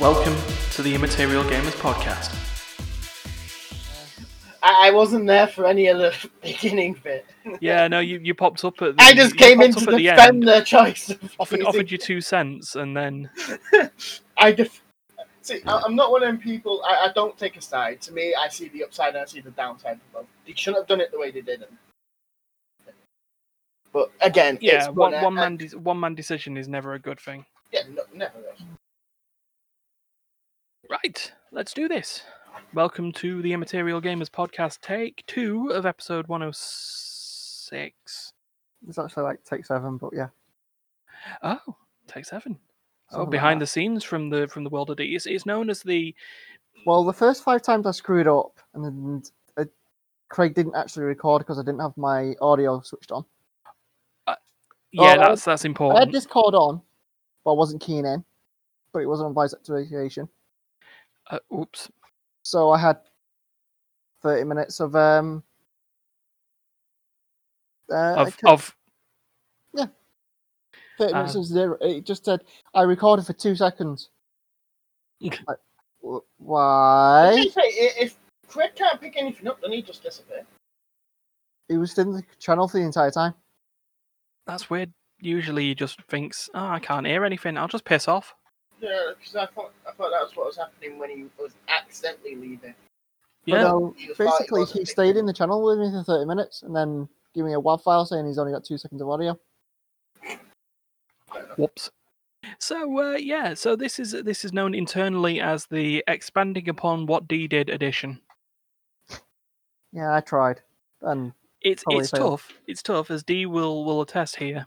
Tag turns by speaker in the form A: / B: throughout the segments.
A: Welcome to the Immaterial Gamers Podcast.
B: I, I wasn't there for any of the beginning bit.
A: Yeah, no, you, you popped up at. The,
B: I just
A: you
B: came in
A: popped
B: to
A: up at the
B: defend
A: end,
B: their choice. Of
A: offered,
B: music.
A: offered you two cents, and then
B: I def- see. I- I'm not one of them people. I, I don't take a side. To me, I see the upside and I see the downside of both. They shouldn't have done it the way they did. them. But again,
A: yeah,
B: it's uh,
A: one,
B: whatever.
A: one man de- one man decision is never a good thing.
B: Yeah, no, never. is.
A: Right, let's do this. Welcome to the Immaterial Gamers Podcast, take two of episode one hundred six.
C: It's actually like take seven, but yeah.
A: Oh, take seven. So
B: Oh,
C: something like
A: behind
C: that.
A: the scenes from the from the world of D, it's, it's known as the
C: Well, the first five times I screwed up, and then uh, Craig didn't actually record because I didn't have my audio switched on. Oh,
A: yeah
C: I-
A: that's that's
C: I had
A: important.
C: Discord on, but I wasn't keying in, but it wasn't on voice activation.
A: Uh, oops.
C: So I had thirty minutes of um. Uh,
A: Of,
C: ca-
A: of
C: thirty minutes
A: uh,
C: of zero. It just said I recorded for two seconds. Like, wh-
B: I
C: why?
B: just say, i- if Craig can't pick anything up, then he just disappears.
C: It was in the channel for the entire time.
A: that's weird. Usually, he just thinks, "Oh, I can't hear anything. I'll just piss off."
B: Yeah, because I thought I thought that was what was happening when he was accidentally leaving.
C: But
A: Yeah,
C: no,
B: He was like,
C: basically,
B: wasn't
C: he
B: it?
C: stayed in the channel with me for 30 minutes and then gave me a WAV file saying he's only got two seconds of audio.
A: Whoops. So uh, yeah, so this is this is known internally as the expanding upon what D did edition.
C: Yeah, I tried. And
A: It's
C: Probably
A: it's
C: failed.
A: tough. It's tough as D will will attest here.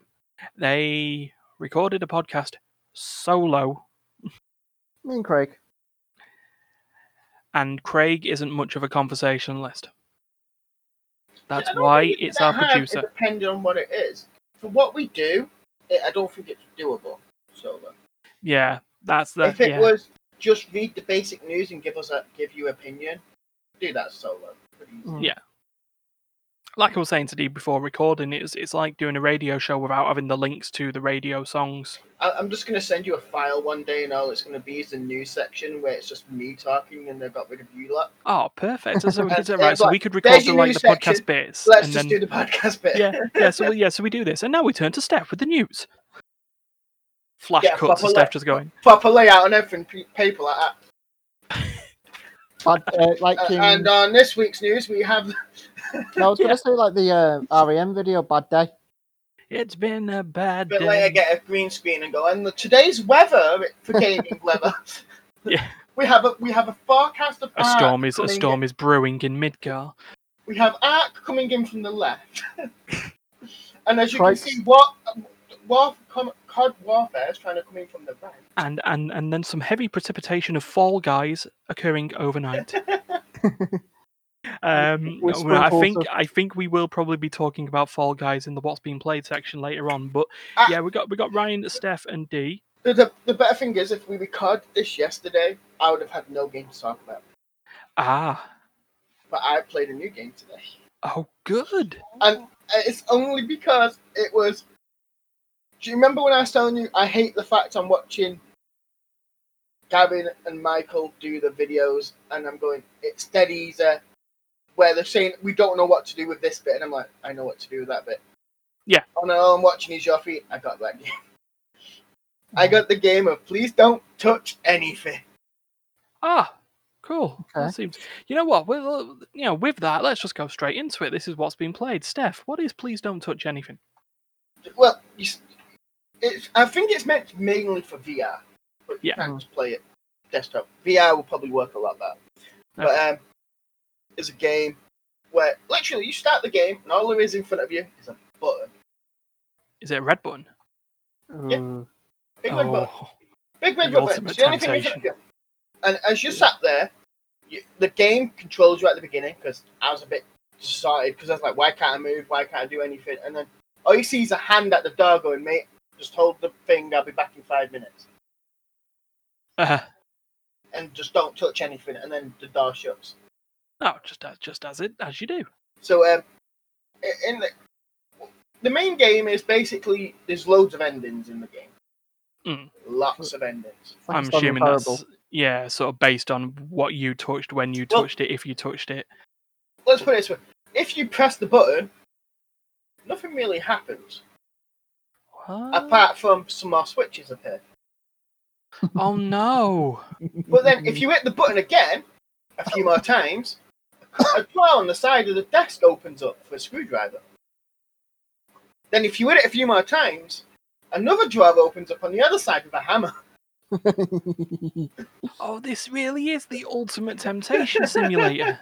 A: They recorded a podcast solo,
C: me and Craig,
A: and Craig isn't much of a conversationalist. That's
B: I don't
A: why
B: think
A: it's
B: that
A: our
B: hard,
A: producer.
B: Depending on what it is, for what we do, it, I don't think it's doable. So uh,
A: Yeah, that's that.
B: if it
A: yeah.
B: was just read the basic news and give us a give you opinion, do that solo. Pretty easy.
C: Mm.
A: like I was saying to D before recording, it's it's like doing a radio show without having the links to the radio songs.
B: I, I'm just gonna send you a file one day, and all it's gonna be is the news section where it's just me talking, and they got rid of you lot.
A: Oh, perfect! So we
B: Uh,
A: could,
B: yeah,
A: right, so
B: but
A: we could
B: there's
A: record the,
B: your
A: like
B: news
A: the podcast
B: section.
A: bits,
B: Let's
A: and
B: just
A: then
B: do the podcast bit.
A: yeah, yeah. So we, yeah, so we do this, and now we turn to Steph with the news. Flash
B: Yeah,
A: cuts to
B: proper
A: Steph
B: left.
A: just going.
B: Proper layout and everything, Uh, p- paper like that.
C: but, uh, like
B: Uh,
C: in,
B: and on this week's news, we have
C: no, I was
A: yeah.
C: going to say like the uh, REM video, Bad Day.
A: It's been a bad
B: But
A: day.
B: later get a green screen and go, and the, today's weather for gaming weather.
A: Yeah.
B: We have a we have a forecast of
A: A
B: arc
A: storm is a
B: coming in-
A: storm is brewing in Midgar.
B: We have arc coming in from the left, and as you
C: Christ.
B: can see, what war, com, COD warfare is trying to come in from the right.
A: and and and then some heavy precipitation of fall guys occurring overnight. um,
C: With
A: well, I
C: sprinkles
A: think
C: of-
A: I think we will probably be talking about fall guys in the what's being played section later on. But
B: Ah.
A: yeah, we got we got Ryan, Steph, and D.
B: The, the, the better thing is, if we recorded this yesterday, I would have had no game to talk about.
A: Ah,
B: But I played a new game today.
A: oh, good.
B: Uh, It's only because it was. Do you remember when I was telling you I hate the fact I'm watching Gavin and Michael do the videos and I'm going, it's dead easier, where they're saying, we don't know what to do with this bit. And I'm like, I know what to do with that bit.
A: Yeah.
B: Oh no, I'm watching his Joffrey. I got that game. I got the game of please don't touch anything.
A: Ah, cool.
C: Okay.
A: That seems. You know what? Well, you know, with that, let's just go straight into it. This is what's being played. Steph, what is? Please don't touch anything.
B: Well, you, s- it's, I think it's meant mainly for VR, but you
A: Yeah.
B: can just play it desktop. VR will probably work a lot better.
A: Okay.
B: But um, it's a game where literally you start the game and all there is in front of you is a button.
A: Is it a red button?
B: Yeah.
C: Ooh.
B: Big red button.
A: Oh,
B: Big red
A: the
B: button.
A: ultimate
B: It's the only thing in front of you. And as you sat there, you, the game controls you at the beginning because I was a bit started because I was like, why can't I move? Why can't I do anything? And then all you see is a hand at the door going, mate, just hold the thing. I'll be back in five minutes.
A: uh,
B: And just don't touch anything. And then the door shuts.
A: no, oh, just as just as it as you do.
B: So um, i- in the, the main game is basically there's loads of endings in the game.
A: Mm.
B: Lots of endings.
C: It's like a
A: I'm
C: Stanley
A: assuming
C: parable.
A: that's yeah, sort of based on what you touched, when you
B: Well-
A: touched it, if you touched it.
B: Let's put it this way: if you press the button, nothing really happens apart from some more switches appear.
A: oh no!
B: But then, if you hit the button again a few more times, a drawer on the side of the desk opens up for a screwdriver. Then, if you hit it a few more times, another drawer opens up on the other side with a hammer.
A: Oh, this really is the ultimate temptation simulator.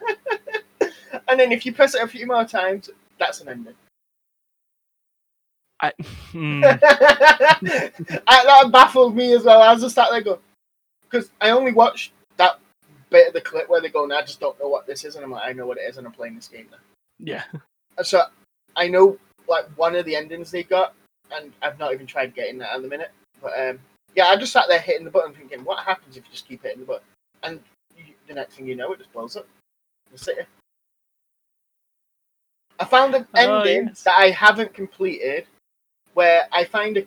B: And then, if you press it a few more times, that's an ending.
A: I, hmm.
B: I, that baffled me as well. I was just sat there going, because I only watched that bit of the clip where they go, and I just don't know what this is. And I'm like, I know what it is, and I'm playing this game now.
A: yeah.
B: And so I know like one of the endings they got, and I've not even tried getting that at the minute. But um, yeah, I just sat there hitting the button, thinking, what happens if you just keep hitting the button? And you, the next thing you know, it just blows up. The city. I found an
A: Oh,
B: ending
A: yes.
B: that I haven't completed, where I find a,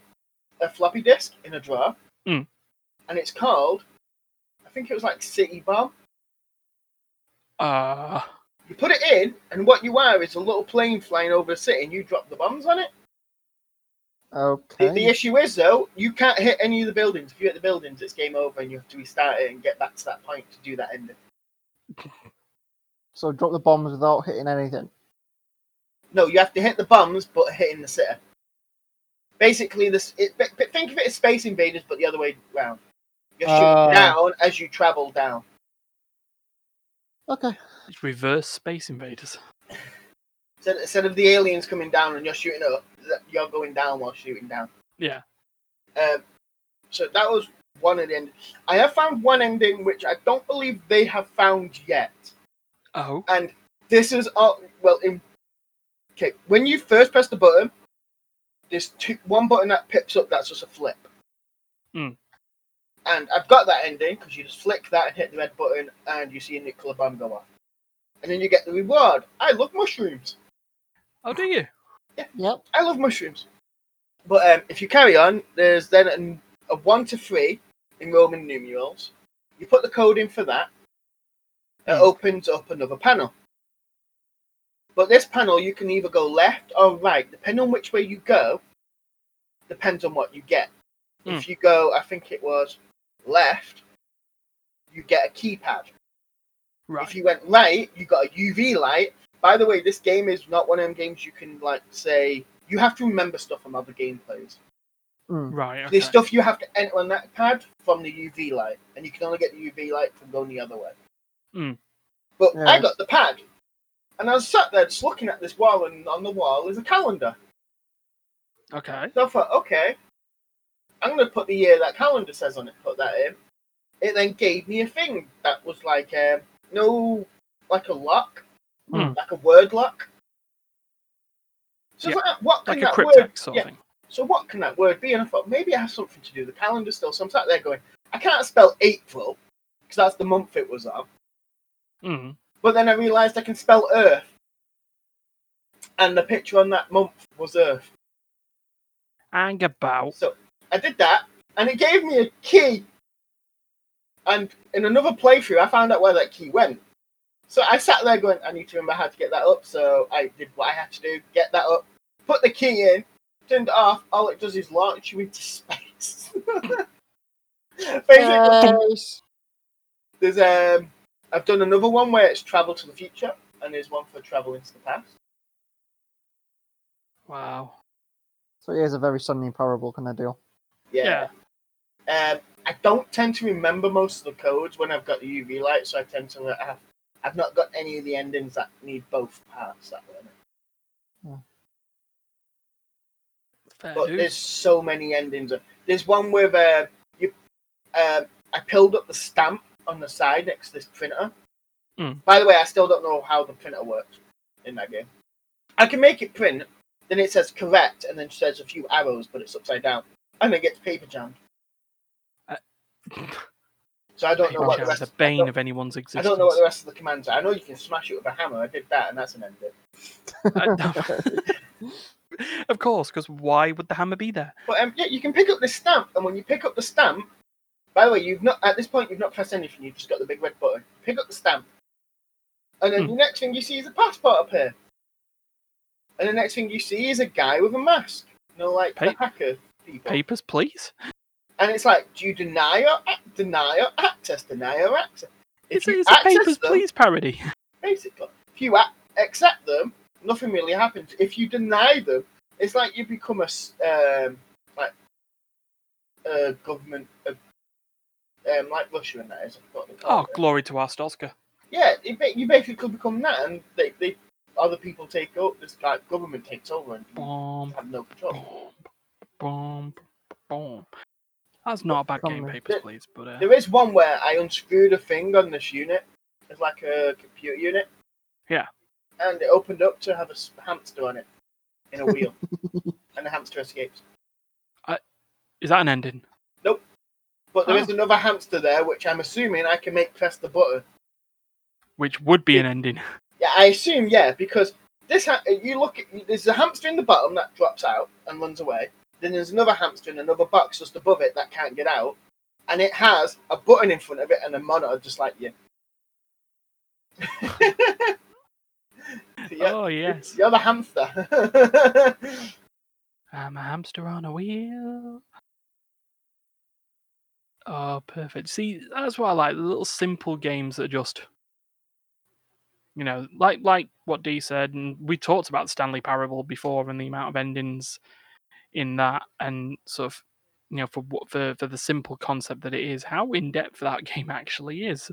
B: a floppy disk in a drawer,
A: Mm.
B: and it's called, I think it was like City Bomb.
A: Uh,
B: You put it in, and what you are is a little plane flying over a city, and you drop the bombs on it. The, the
C: okay.
B: issue is though, you can't hit any of the buildings. If you hit the buildings, it's game over, and you have to restart it and get back to that point to do that ending.
C: So drop the bombs without hitting anything.
B: No, you have to hit the bombs, but hitting the city. Basically, this it, but but think of it as Space Invaders, but the other way round. You're shooting
C: Ah.
B: down as you travel down.
C: Okay.
A: it's reverse Space Invaders.
B: So instead of the aliens coming down and you're shooting up, th- you're going down while shooting down.
A: Yeah.
B: Um, so that was one of the end. I have found one ending which I don't believe they have found yet.
A: Oh.
B: and this is all well in okay when you first press the button there's two one button that pips up that's just a flip
A: Hmm.
B: and i've got that ending because you just flick that and hit the red button and you see a nuclear bomb go off and then you get the reward i love mushrooms
A: Oh, do you?
C: Yep.
B: i love mushrooms but um, if you carry on there's then an, a one to three in roman numerals you put the code in for that it
A: Hmm.
B: opens up another panel. But this panel, you can either go left or right. Depending on which way you go, depends on what you get. If you go, I think it was left, you get a keypad.
A: Right.
B: If you went right, you got a UV light. By the way, this game is not one of them games you can like say you have to remember stuff from other gameplays.
C: Mm.
A: Right. Okay.
B: There's stuff you have to enter on that pad from the UV light, and you can only get the UV light from going the other way.
A: Hmm.
B: But I
C: Yeah.
B: got the pad, and I was sat there just looking at this wall, and on the wall is a calendar.
A: Okay.
B: So I thought, okay, I'm going to put the year that calendar says on it, put that in. It then gave me a thing that was like, um, no, like a lock,
A: Hmm.
B: like a word lock. So I
A: Yeah.
B: was like, what
A: Like a
B: can that word
A: cryptex sort
B: yeah.
A: of thing.
B: so what can that word be? And I thought maybe it has something to do with the calendar still. So I'm sat there going, I can't spell April because that's the month it was on.
A: Mm.
B: But then I realised I can spell Earth, and the picture on that month was Earth.
A: And about.
B: So I did that, and it gave me a key. And in another playthrough, I found out where that key went. So I sat there going, I need to remember how to get that up. So I did what I had to do: get that up, put the key in, turned it off. All it does is launch you into space. Basically,
C: Nice.
B: There's um, I've done another one where it's travel to the future, and there's one for travel into the past.
A: Wow.
C: So it is a very sunny parable kind of deal.
B: Yeah. Um, I don't tend to remember most of the codes when I've got the UV light, so I tend to not have. I've not got any of the endings that need both parts. That way.
A: Fair
B: but
A: dues.
B: there's so many endings. There's one with uh, you. Um, I peeled up the stamp on the side next to this printer.
A: Mm.
B: By the way, I still don't know how the printer works in that game. I can make it print, then it says correct, and then says a few arrows, but it's upside down, and it gets paper jammed.
A: Uh,
B: so I don't know
A: Paper
B: what the
A: jam is
B: rest.
A: the
B: I
A: bane
B: don't-
A: of anyone's
B: I
A: existence.
B: don't know what the rest of the commands are. I know you can smash it with a hammer. I did that, and that's an ending.
A: I- Uh, of course, because why would the hammer be there?
B: But um, yeah, you can pick up the stamp, and when you pick up the stamp, By the way, you've not at this point you've not pressed anything. You've just got the big red button. Pick up the stamp, and then
A: Hmm.
B: the next thing you see is a passport appear, and the next thing you see is a guy with a mask. You know, like the
A: Pa-
B: hacker people.
A: Papers, please.
B: And it's like, do you deny your ac- deny your access? Deny your access?
A: It's,
B: If you
A: it's a
B: access
A: papers,
B: them,
A: please parody.
B: basically. If you a- accept them, nothing really happens. If you deny them, it's like you become a s- um, like a government of, um, like Russia and that is. I forgot what they call
A: Oh,
B: it.
A: glory to our Stoska.
B: yeah. It, ba- you basically become that, and they, they other people take over. This like government takes over, and you
A: Bomb,
B: have no
A: bomb,
B: control.
A: bomb, bomb. That's not a bad game,
C: Something.
A: papers,
B: There-
A: please. But uh,
B: There is one where I unscrewed a thing on this unit. It's like a computer unit.
A: Yeah.
B: And it opened up to have a s- hamster on it in a wheel, and the hamster escapes.
A: is that an ending?
B: But there is
A: Oh.
B: another hamster there, which I'm assuming I can make press the button.
A: Which would be an ending.
B: Yeah, I assume yeah, because this ha- you look at there's a hamster in the bottom that drops out and runs away. Then there's another hamster in another box just above it that can't get out, and it has a button in front of it and a monitor just like you. yeah,
A: Oh yes,
B: you're the hamster.
A: I'm a hamster on a wheel. Oh, perfect. See, that's what I like. The little simple games that are just, you know, like like what Dee said, and we talked about Stanley Parable before and the amount of endings in that, and sort of, you know, for what for for the simple concept that it is, how in depth that game actually is.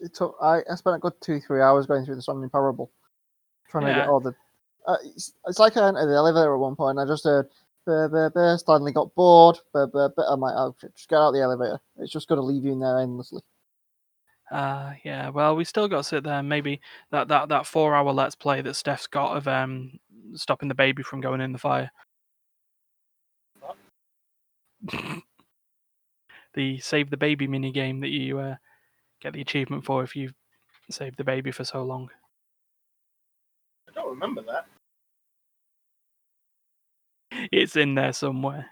C: It took, I, I spent a good two, three hours going through the Sunday Parable, trying to
A: Yeah.
C: get all the. Uh, it's, it's like I entered the elevator at one point. And I just heard, burr, burr, burr, Stanley got bored. Burr, burr, burr. I'm like, oh, shit, just get out the elevator. It's just going to leave you in there endlessly.
A: Uh yeah, well we still gotta sit there and maybe that, that, that four hour let's play that Steph's got of um stopping the baby from going in the fire.
B: What?
A: the save the baby mini game that you uh, get the achievement for if you've saved the baby for so long.
B: I don't remember that.
A: It's in there somewhere.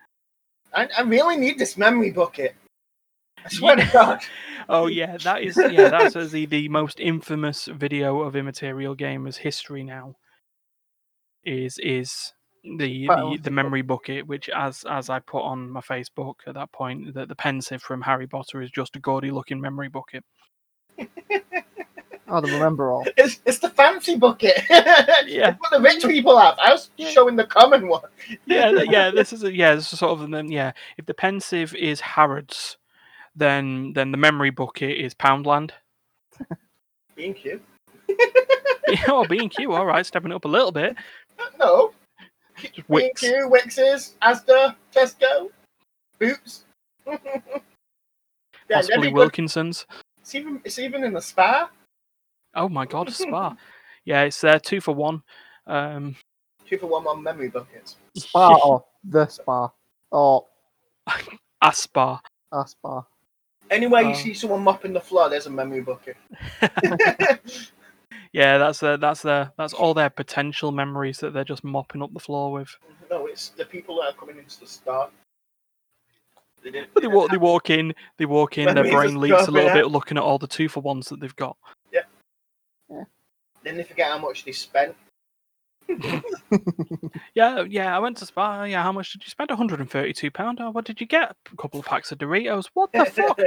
B: I, I really need this memory bucket. I swear to God.
A: Oh yeah, that is yeah, that's uh, the, the most infamous video of immaterial gamers history now. Is is the
C: Well,
A: the, the memory bucket, which as as I put on my Facebook at that point, that the pensive from Harry Potter is just a gaudy looking memory bucket.
C: Oh, the remember all.
B: It's, it's the fancy bucket.
A: Yeah.
B: It's what the rich people have. I was showing the common one.
A: Yeah, th- yeah, this is a, yeah, this is sort of and then yeah. If the pensive is Harrods, then then the memory bucket is Poundland.
B: Being cute.
A: oh, B and Q, all right, stepping it up a little bit.
B: No.
A: Just
B: Being
A: Wix.
B: cute, Wixes, Asda, Tesco, Boots. yeah, that'd be
A: possibly
B: good.
A: Wilkinson's.
B: It's even it's even in the spa.
A: Oh my god, a spa. yeah, it's there two for one. Um,
B: Two for one on memory buckets.
C: Spa or the spa. Or
A: a spa.
C: a spa.
B: Anywhere
A: Oh.
B: you see someone mopping the floor, there's a memory bucket.
A: Yeah, that's their, that's their, that's all their potential memories that they're just mopping up the floor with.
B: no, it's the people that are coming into the spa. They didn't.
A: But they walk, they walk in, they walk in, their
B: Memories
A: brain
B: just
A: leaps a
B: dropping
A: little
B: out.
A: bit looking at all the two for ones that they've got.
B: Then they forget how much they spent.
A: Yeah, yeah, I went to spa. Yeah, how much did you spend? 132 pound. Oh, what did you get? A couple of packs of Doritos. What the fuck?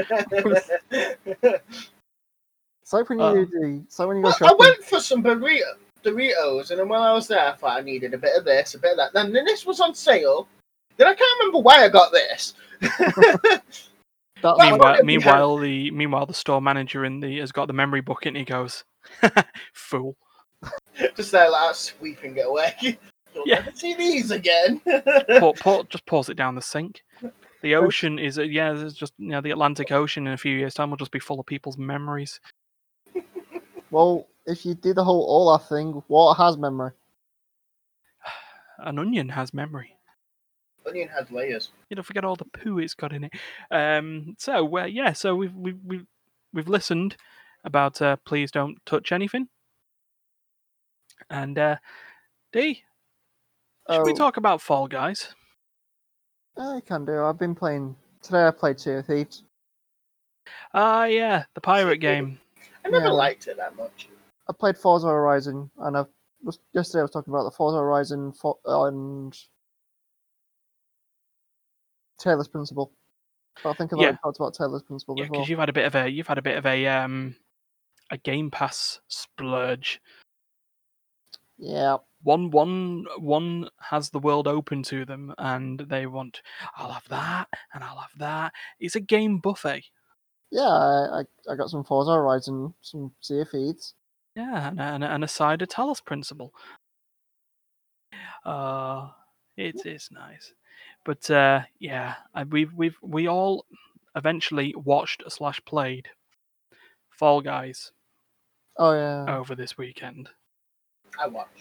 C: It's like when you
A: Uh,
C: do. It's like when you go
B: Well, I
C: shopping.
B: went for some burrito, Doritos, and then while I was there, I thought I needed a bit of this, a bit of that. And then this was on sale. Then I can't remember why I got this.
C: That's
B: Well,
A: meanwhile,
B: if you had-
A: meanwhile, the meanwhile the store manager in the has got the memory bucket and he goes, "Fool."
B: Just there, like, I was sweeping it away. You'll
A: Yeah.
B: never see these again.
A: pour, pour, just pause it down the sink. The ocean is, a- yeah, there's just, you know, the Atlantic Ocean in a few years' time will just be full of people's memories.
C: well, if you do the whole Olaf thing, water has memory.
A: An onion has memory.
B: Onion has layers.
A: You know, forget all the poo it's got in it. Um, so, uh, yeah, so we've, we've, we've, we've listened about uh, Please Don't Touch Anything. And, uh, D, should we
C: Oh.
A: talk about Fall Guys?
C: I can do. I've been playing today. I played Sea of Thieves.
A: Ah, yeah, the pirate game.
B: I never
C: Yeah.
B: liked it that much.
C: I played Forza Horizon, and I was yesterday I was talking about the Forza Horizon for, and Taylor's Principle. But I think I've already
A: Yeah.
C: talked about Taylor's Principle
A: Yeah,
C: before.
A: because you've had a bit of a you've had a bit of a um a Game Pass splurge.
C: Yeah,
A: One one one has the world open to them, and they want I'll have that and I'll have that. It's a game buffet.
C: yeah. I, I, I got some Forza Horizon, some Sea of Thieves.
A: Yeah, and, and, and a side of Talos Principle. Uh, it is nice, but uh, yeah, I, we've we've we all eventually watched slash played Fall Guys
C: Oh yeah,
A: over this weekend.
B: I watched.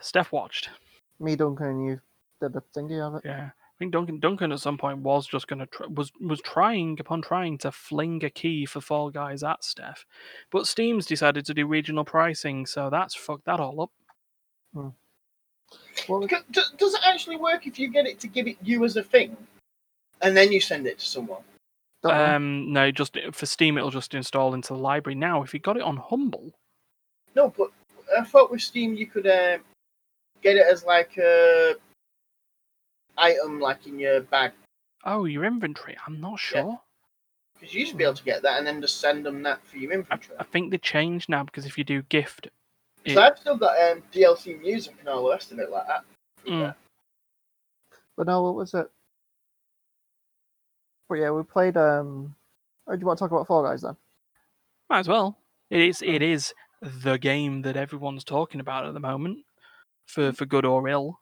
A: Steph watched.
C: me Duncan and you did a thingy of it.
A: Yeah, I think Duncan Duncan at some point was just gonna tr- was was trying upon trying to fling a key for Fall Guys at Steph, but Steam's decided to do regional pricing, so that's fucked that all up.
C: What was-
B: Because d- does it actually work if you get it to give it you as a thing, and then you send it to someone?
C: don't know.
A: Um, no, just for Steam, it'll just install into the library. Now, if you got it on Humble,
B: No, but I thought with Steam you could uh, get it as like a item, like in your bag.
A: oh, your inventory, I'm not
B: Yeah.
A: sure.
B: Because you used to be able to get that and then just send them that for your inventory.
A: I think they changed now because if you do gift,
B: Because I've still got um, DLC music and all the rest of it like that.
A: Mm.
C: But no, what was it? But yeah, we played. Um, oh, do you want to talk about Fall Guys then?
A: might as well. It is it is the game that everyone's talking about at the moment,
B: Mm.
A: for for good or ill.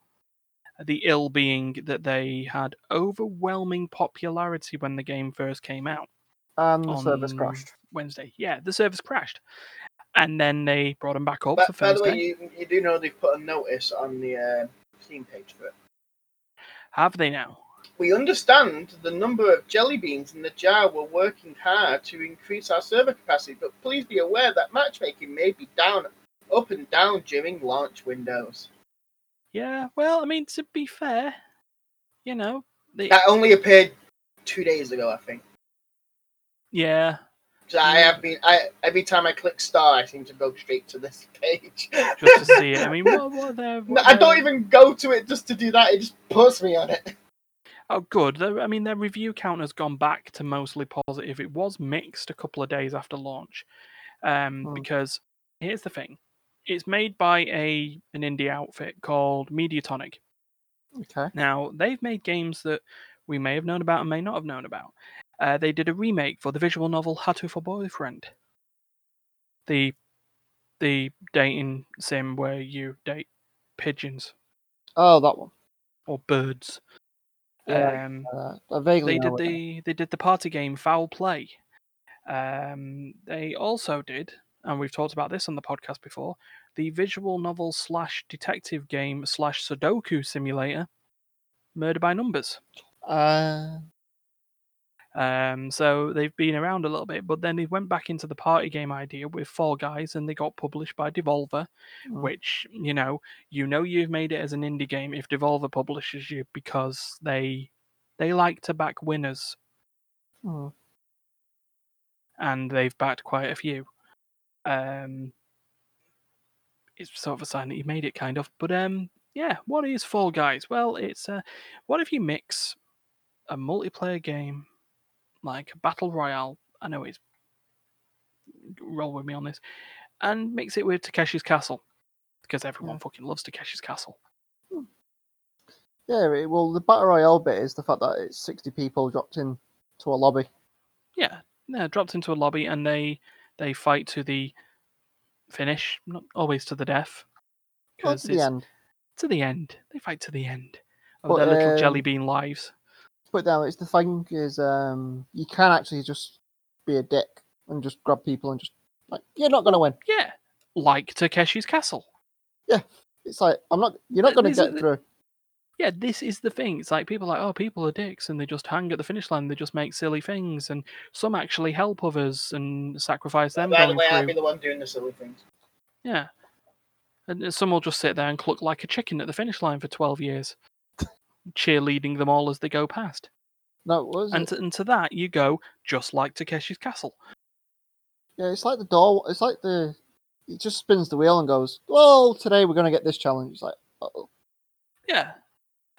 A: The ill being that they had overwhelming popularity when the game first came out.
C: And the service
A: on
C: crashed.
A: Wednesday. Yeah, the service crashed, and then they brought them back up for
B: But, by the
A: Thursday.
B: way, you, you do know they've put a notice on the uh, Steam page for it.
A: Have they now?
B: We understand the number of jelly beans in the jar. We're working hard to increase our server capacity, but please be aware that matchmaking may be down, up and down during launch windows.
A: Yeah, well, I mean, to be fair, you know, the,
B: That only appeared two days ago, I think.
A: yeah,
B: 'Cause I have been. I every time I click star, I seem to go straight to this page.
A: just to see it. I mean, what, what are their-
B: No,
A: what
B: I don't
A: their-
B: even go to it just to do that. It just puts me on it.
A: Oh, good. Their- I mean, their review count has gone back to mostly positive. It was mixed a couple of days after launch, um,
C: Hmm.
A: because here's the thing: it's made by a an indie outfit called Mediatonic.
C: Okay.
A: Now, they've made games that we may have known about and may not have known about. Uh, they did a remake for the visual novel Hatu for Boyfriend, the the dating sim where you date pigeons
C: Oh, that one.
A: or birds.
C: Yeah,
A: um,
C: Uh, I vaguely
A: they
C: know
A: did
C: it.
A: the they did the party game Foul Play. Um, they also did, and we've talked about this on the podcast before, the visual novel slash detective game slash Sudoku simulator, Murder by Numbers.
C: Uh,
A: Um, so they've been around a little bit, but then they went back into the party game idea with Fall Guys, and they got published by Devolver,
C: Mm.
A: which you know, you know, you've made it as an indie game if Devolver publishes you because they they like to back winners,
C: hmm.
A: and they've backed quite a few. Um, it's sort of a sign that you made it, kind of. But um, yeah, what is Fall Guys? Well, it's uh, what if you mix a multiplayer game like a battle royale? I know it's roll with me on this, and mix it with Takeshi's Castle because everyone
C: Yeah.
A: fucking loves Takeshi's Castle.
C: Yeah, it- well, the battle royale bit is the fact that it's 60 people dropped in to a lobby.
A: Yeah, they're dropped into a lobby and they they fight to the finish, not always to the death.
C: Well,
A: 'cause
C: to the
A: it's-
C: end.
A: to the end. They fight to the end of
C: But,
A: their little
C: um,
A: jelly bean lives.
C: But now it's the thing is, um, you can actually just be a dick and just grab people and just like you're not gonna win.
A: Yeah, like Takeshi's Castle.
C: It's like I'm not. You're not
A: But
C: gonna
A: these are
C: get
A: the-
C: through.
A: Yeah, this is the thing. It's like people are like, oh, people are dicks, and they just hang at the finish line. They just make silly things, and some actually help others and sacrifice them
B: By the
A: going
B: way, I'll
A: through.
B: be the one doing the silly things.
A: Yeah, and uh, some will just sit there and cluck like a chicken at the finish line for twelve years, cheerleading them all as they go past.
C: No, what is
A: And
C: it?
A: to, and to that you go just like Takeshi's Castle.
C: Yeah, it's like the door. It's like the. It just spins the wheel and goes. Well, today we're gonna get this challenge. It's like, uh-oh.
A: Yeah.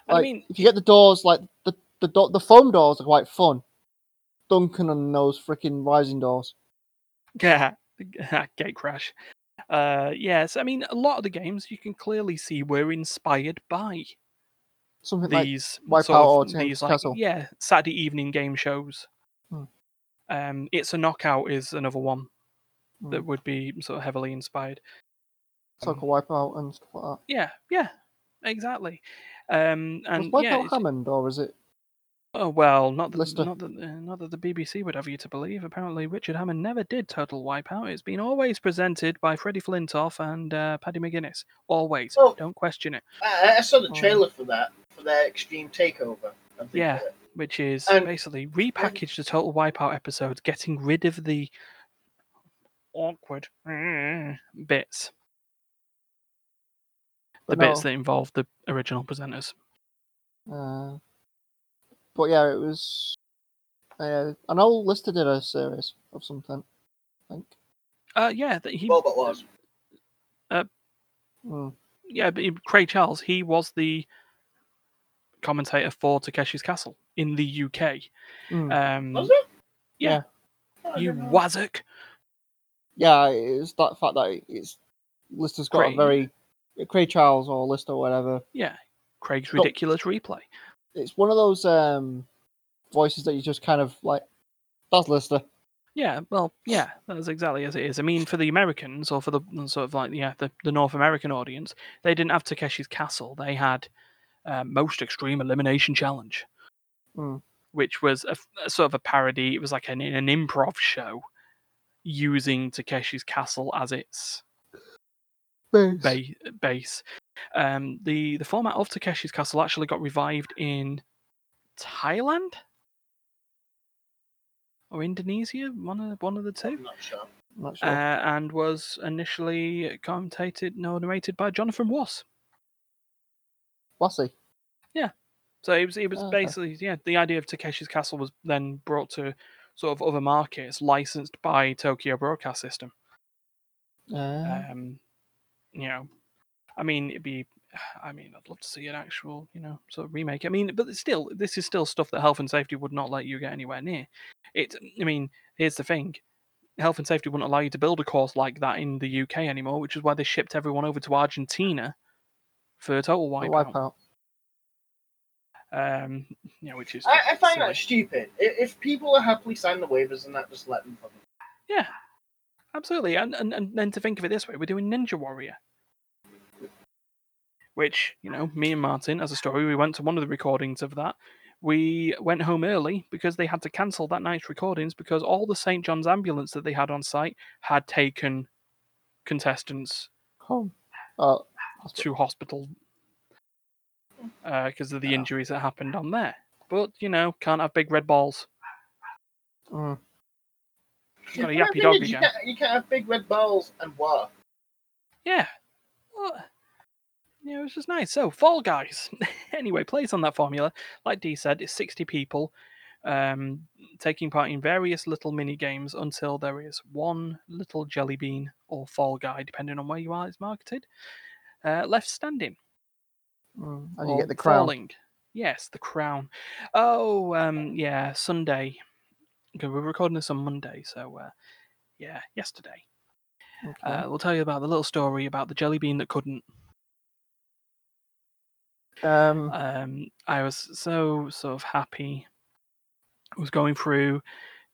C: like
A: I mean,
C: if you get the doors, like the the do- the foam doors are quite fun. Duncan and those freaking rising doors.
A: Yeah, gate crash. Uh, yes, I mean a lot of the games you can clearly see were inspired by
C: Something like
A: these
C: Wipeout
A: sort
C: or
A: of,
C: Tank
A: these like
C: Castle.
A: yeah Saturday evening game shows.
C: Hmm.
A: Um, it's a knockout is another one that
C: Hmm.
A: would be sort of heavily inspired. um,
C: Soccer Wipeout and stuff like that.
A: Yeah, yeah, exactly. Um, and
C: Was Wipeout
A: yeah, it's-
C: Hammond or is it?
A: oh well, not that
C: Lister?
A: not that uh, not that the BBC would have you to believe. Apparently, Richard Hammond never did Total Wipeout. It's been always presented by Freddie Flintoff and uh, Paddy McGuinness. Always,
B: Oh.
A: don't question it.
B: I, I saw the
C: Oh.
B: trailer for that for their extreme takeover. I think,
A: Yeah.
B: uh,
A: which is
B: And-
A: basically repackaged the Total Wipeout episodes, getting rid of the awkward mm, bits. The bits
C: No.
A: that involved the original presenters.
C: Uh, but yeah, it was. Uh, I know Lister did a series of something. I think.
A: Uh, yeah, that he,
B: Robot was.
C: Hmm.
A: yeah, but he- Craig Charles, he was the commentator for Takeshi's Castle in the UK.
C: Hmm.
A: Um,
B: Was it?
A: yeah.
B: Oh, I
A: you
B: didn't know.
A: wazzock.
C: yeah, it's that fact that it- it's Lister's got
A: Craig.
C: a very Cray Charles or Lister or whatever.
A: Yeah, Craig's
B: Oh.
C: Well-
A: ridiculous replay.
C: It's one of those um voices that you just kind of like. That's Lister.
A: Yeah, well, yeah, that's exactly as it is. I mean, for the Americans or for the the sort of like yeah, the, the North American audience, they didn't have Takeshi's Castle. They had uh, Most Extreme Elimination Challenge,
B: Hmm.
C: Mm.
A: which was a, f- a sort of a parody. It was like an an improv show using Takeshi's Castle as its
C: Bass.
A: ba- base. Um, the the format of Takeshi's Castle actually got revived in Thailand or Indonesia, one of one of the two
B: I'm not sure.
C: I'm not sure.
A: uh, and was initially commentated no narrated by Jonathan Wass.
C: Lassie.
A: So it was it was
C: Oh, okay.
A: basically yeah the idea of Takeshi's Castle was then brought to sort of other markets licensed by Tokyo Broadcast System.
C: Uh,
A: Um, you know, I mean it'd be I mean I'd love to see an actual you know sort of remake. I mean, but it's still this is still stuff that health and safety would not let you get anywhere near. It I mean here's the thing. Health and safety wouldn't allow you to build a course like that in the UK anymore, which is why they shipped everyone over to Argentina for a total
C: the
A: wipeout.
C: Wipeout.
A: Um, you know, which is
B: I, I find
A: silly.
B: that stupid. I- If people are happily signing the waivers and that, just let them. fucking-
A: yeah, absolutely. And, and and then to think of it this way, we're doing Ninja Warrior, which you know, me and Martin, as a story, we went to one of the recordings of that. We went home early because they had to cancel that night's recordings because all the St John's ambulance that they had on site had taken contestants
C: Home. Oh,
A: to hospital because of the
C: Yeah.
A: injuries that happened on there. But you know, can't have big red balls.
C: mm.
A: Got a
B: The
A: yappy
B: thing
A: dog
B: is, you
A: again.
B: Can't, you can't have big red balls and what?
A: Yeah. Well, yeah, it was just nice. So, Fall Guys. anyway, plays on that formula. Like Dee said, it's 60 people um, taking part in various little mini games until there is one little jelly bean or Fall Guy, depending on where you are, it's marketed, uh, left standing.
C: Mm. And you
A: or
C: get the crown.
A: falling. Yes, the crown. Oh, um, yeah, Sunday. Okay, we're recording this on Monday, so uh, yeah, yesterday.
C: Okay.
A: Uh, we'll tell you about the little story about the jelly bean that couldn't. Uh,
C: um,
A: Um, I was so sort of happy. I was going through,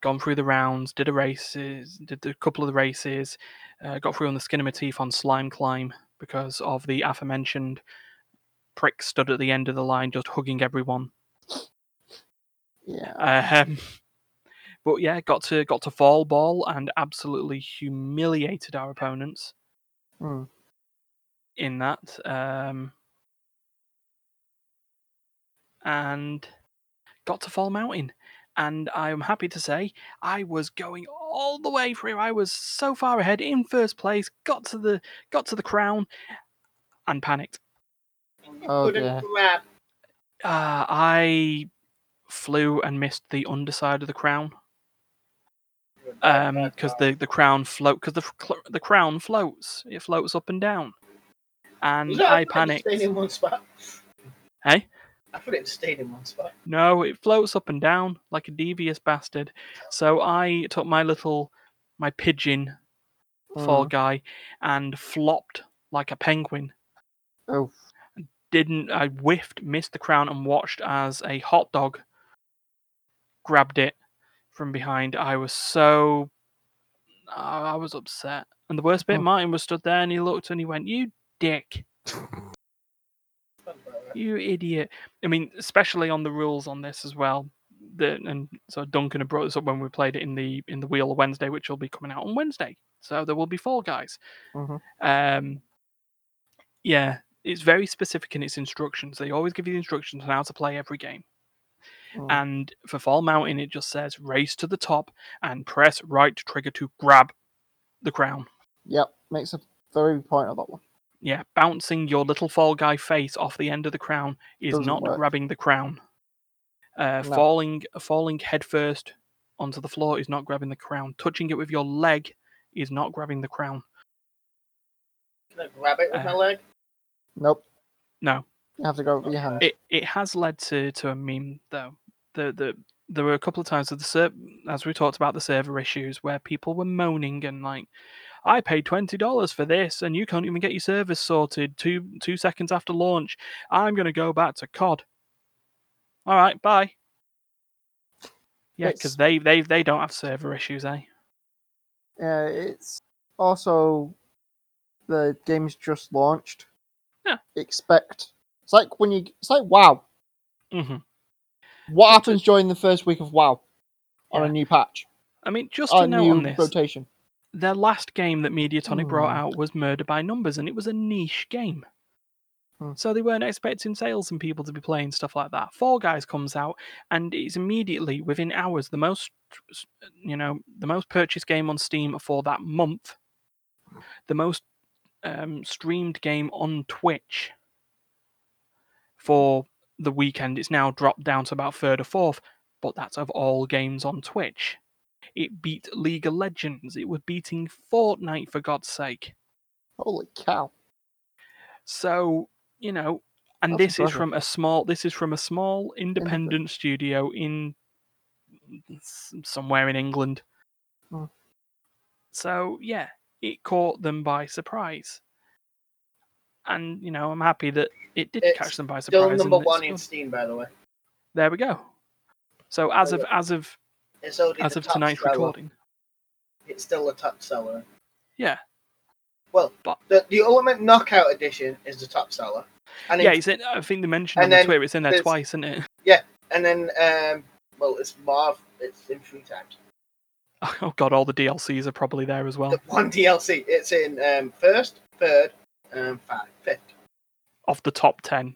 A: gone through the rounds, did a races, did a couple of the races, uh, got through on the skin of my teeth on slime climb because of the aforementioned prick stood at the end of the line just hugging everyone.
C: yeah.
A: Um, but yeah, got to got to fall ball and absolutely humiliated our opponents
C: Mm.
A: in that. Um, and got to Fall Mountain. And I'm happy to say I was going all the way through. I was so far ahead in first place, got to the got to the crown and panicked.
B: And you
C: Oh,
B: couldn't
C: dear.
B: grab.
A: Uh, I flew and missed the underside of the crown
B: Good
A: um
B: God,
A: because
B: God.
A: the the crown float because the f- cl- the crown floats it floats up and down
B: Was
A: and
B: that-
A: i
B: thought it
A: panicked
B: Stayed in one spot.
A: Hey?
B: I thought it stayed in one spot.
A: no it floats up and down like a devious bastard so i took my little my pigeon fall
C: Mm.
A: guy and flopped like a penguin
C: Oh.
A: didn't i whiffed missed the crown and watched as a hot dog grabbed it from behind i was so i I was upset and the worst bit
C: Oh.
A: martin was stood there and he looked and he went you dick you idiot. I mean, especially on the rules on this as well. The, and so Duncan had brought this up when we played it in the in the Wheel of Wednesday, which will be coming out on Wednesday. So there will be Fall Guys.
C: Mhm.
A: Um, yeah, it's very specific in its instructions. They always give you the instructions on how to play every game.
C: Mm.
A: And for Fall Mountain, it just says race to the top and press right trigger to grab the crown.
C: Yep, makes a very good point of that one.
A: Yeah, bouncing your little fall guy face off the end of the crown is
C: Doesn't
A: not
C: work.
A: grabbing the crown. Uh,
C: No.
A: Falling falling headfirst onto the floor is not grabbing the crown. Touching it with your leg is not grabbing the crown.
B: Can I grab it with my
A: Uh,
B: leg?
C: Nope,
A: No,
C: you have to go with your hand.
A: it it has led to to a meme though. The the there were a couple of times that the ser- as we talked about the server issues where people were moaning and like, I paid twenty dollars for this and you can't even get your service sorted two two seconds after launch. I'm gonna go back to COD. All right, bye. Yeah,
C: It's-
A: because they they they don't have server issues, eh?
C: Yeah, it's also the game's just launched.
A: Yeah.
C: Expect it's like when you it's like WoW.
A: hmm
C: What
A: It's
C: happens during the first week of WoW on
A: Yeah.
C: a new patch,
A: I mean, just to
C: on a
A: know on
C: new
A: this,
C: rotation?
A: their last game that Mediatonic brought
C: Hmm.
A: out was Murder by Numbers, and it was a niche game.
C: Hmm.
A: So they weren't expecting sales and people to be playing stuff like that. Fall Guys comes out, and it's immediately within hours the most, you know, the most purchased game on Steam for that month, the most um, streamed game on Twitch for the weekend. It's now dropped down to about third or fourth, but that's of all games on Twitch. It beat League of Legends. It was beating Fortnite for God's sake.
C: Holy cow!
A: So you know, and
C: That's
A: this is
C: impressive.
A: from a small. This is from a small independent studio in s- somewhere in England.
C: Hmm.
A: So yeah, it caught them by surprise. And you know, I'm happy that it did
B: It's
A: catch them by surprise.
B: Still
A: and
B: number
A: it's
B: one in
A: good.
B: Steam, by the way.
A: There we go. So as
B: There
A: of
B: you
A: as of
B: It's only
A: as
B: the
A: of
B: top
A: tonight's
B: seller.
A: recording,
B: It's still the top seller.
A: yeah,
B: The the Ultimate Knockout Edition is the top seller, and
A: yeah,
B: it's,
A: it's in, I think they mentioned
B: and
A: on the
B: then
A: Twitter it's in there
B: there's-
A: twice, isn't it?
B: and then um, well, it's Marv. It's in three times.
A: Oh god, all the DLCs are probably there as well.
B: The one DLC. It's in um, first, third, um, five, fifth.
A: Of the top ten.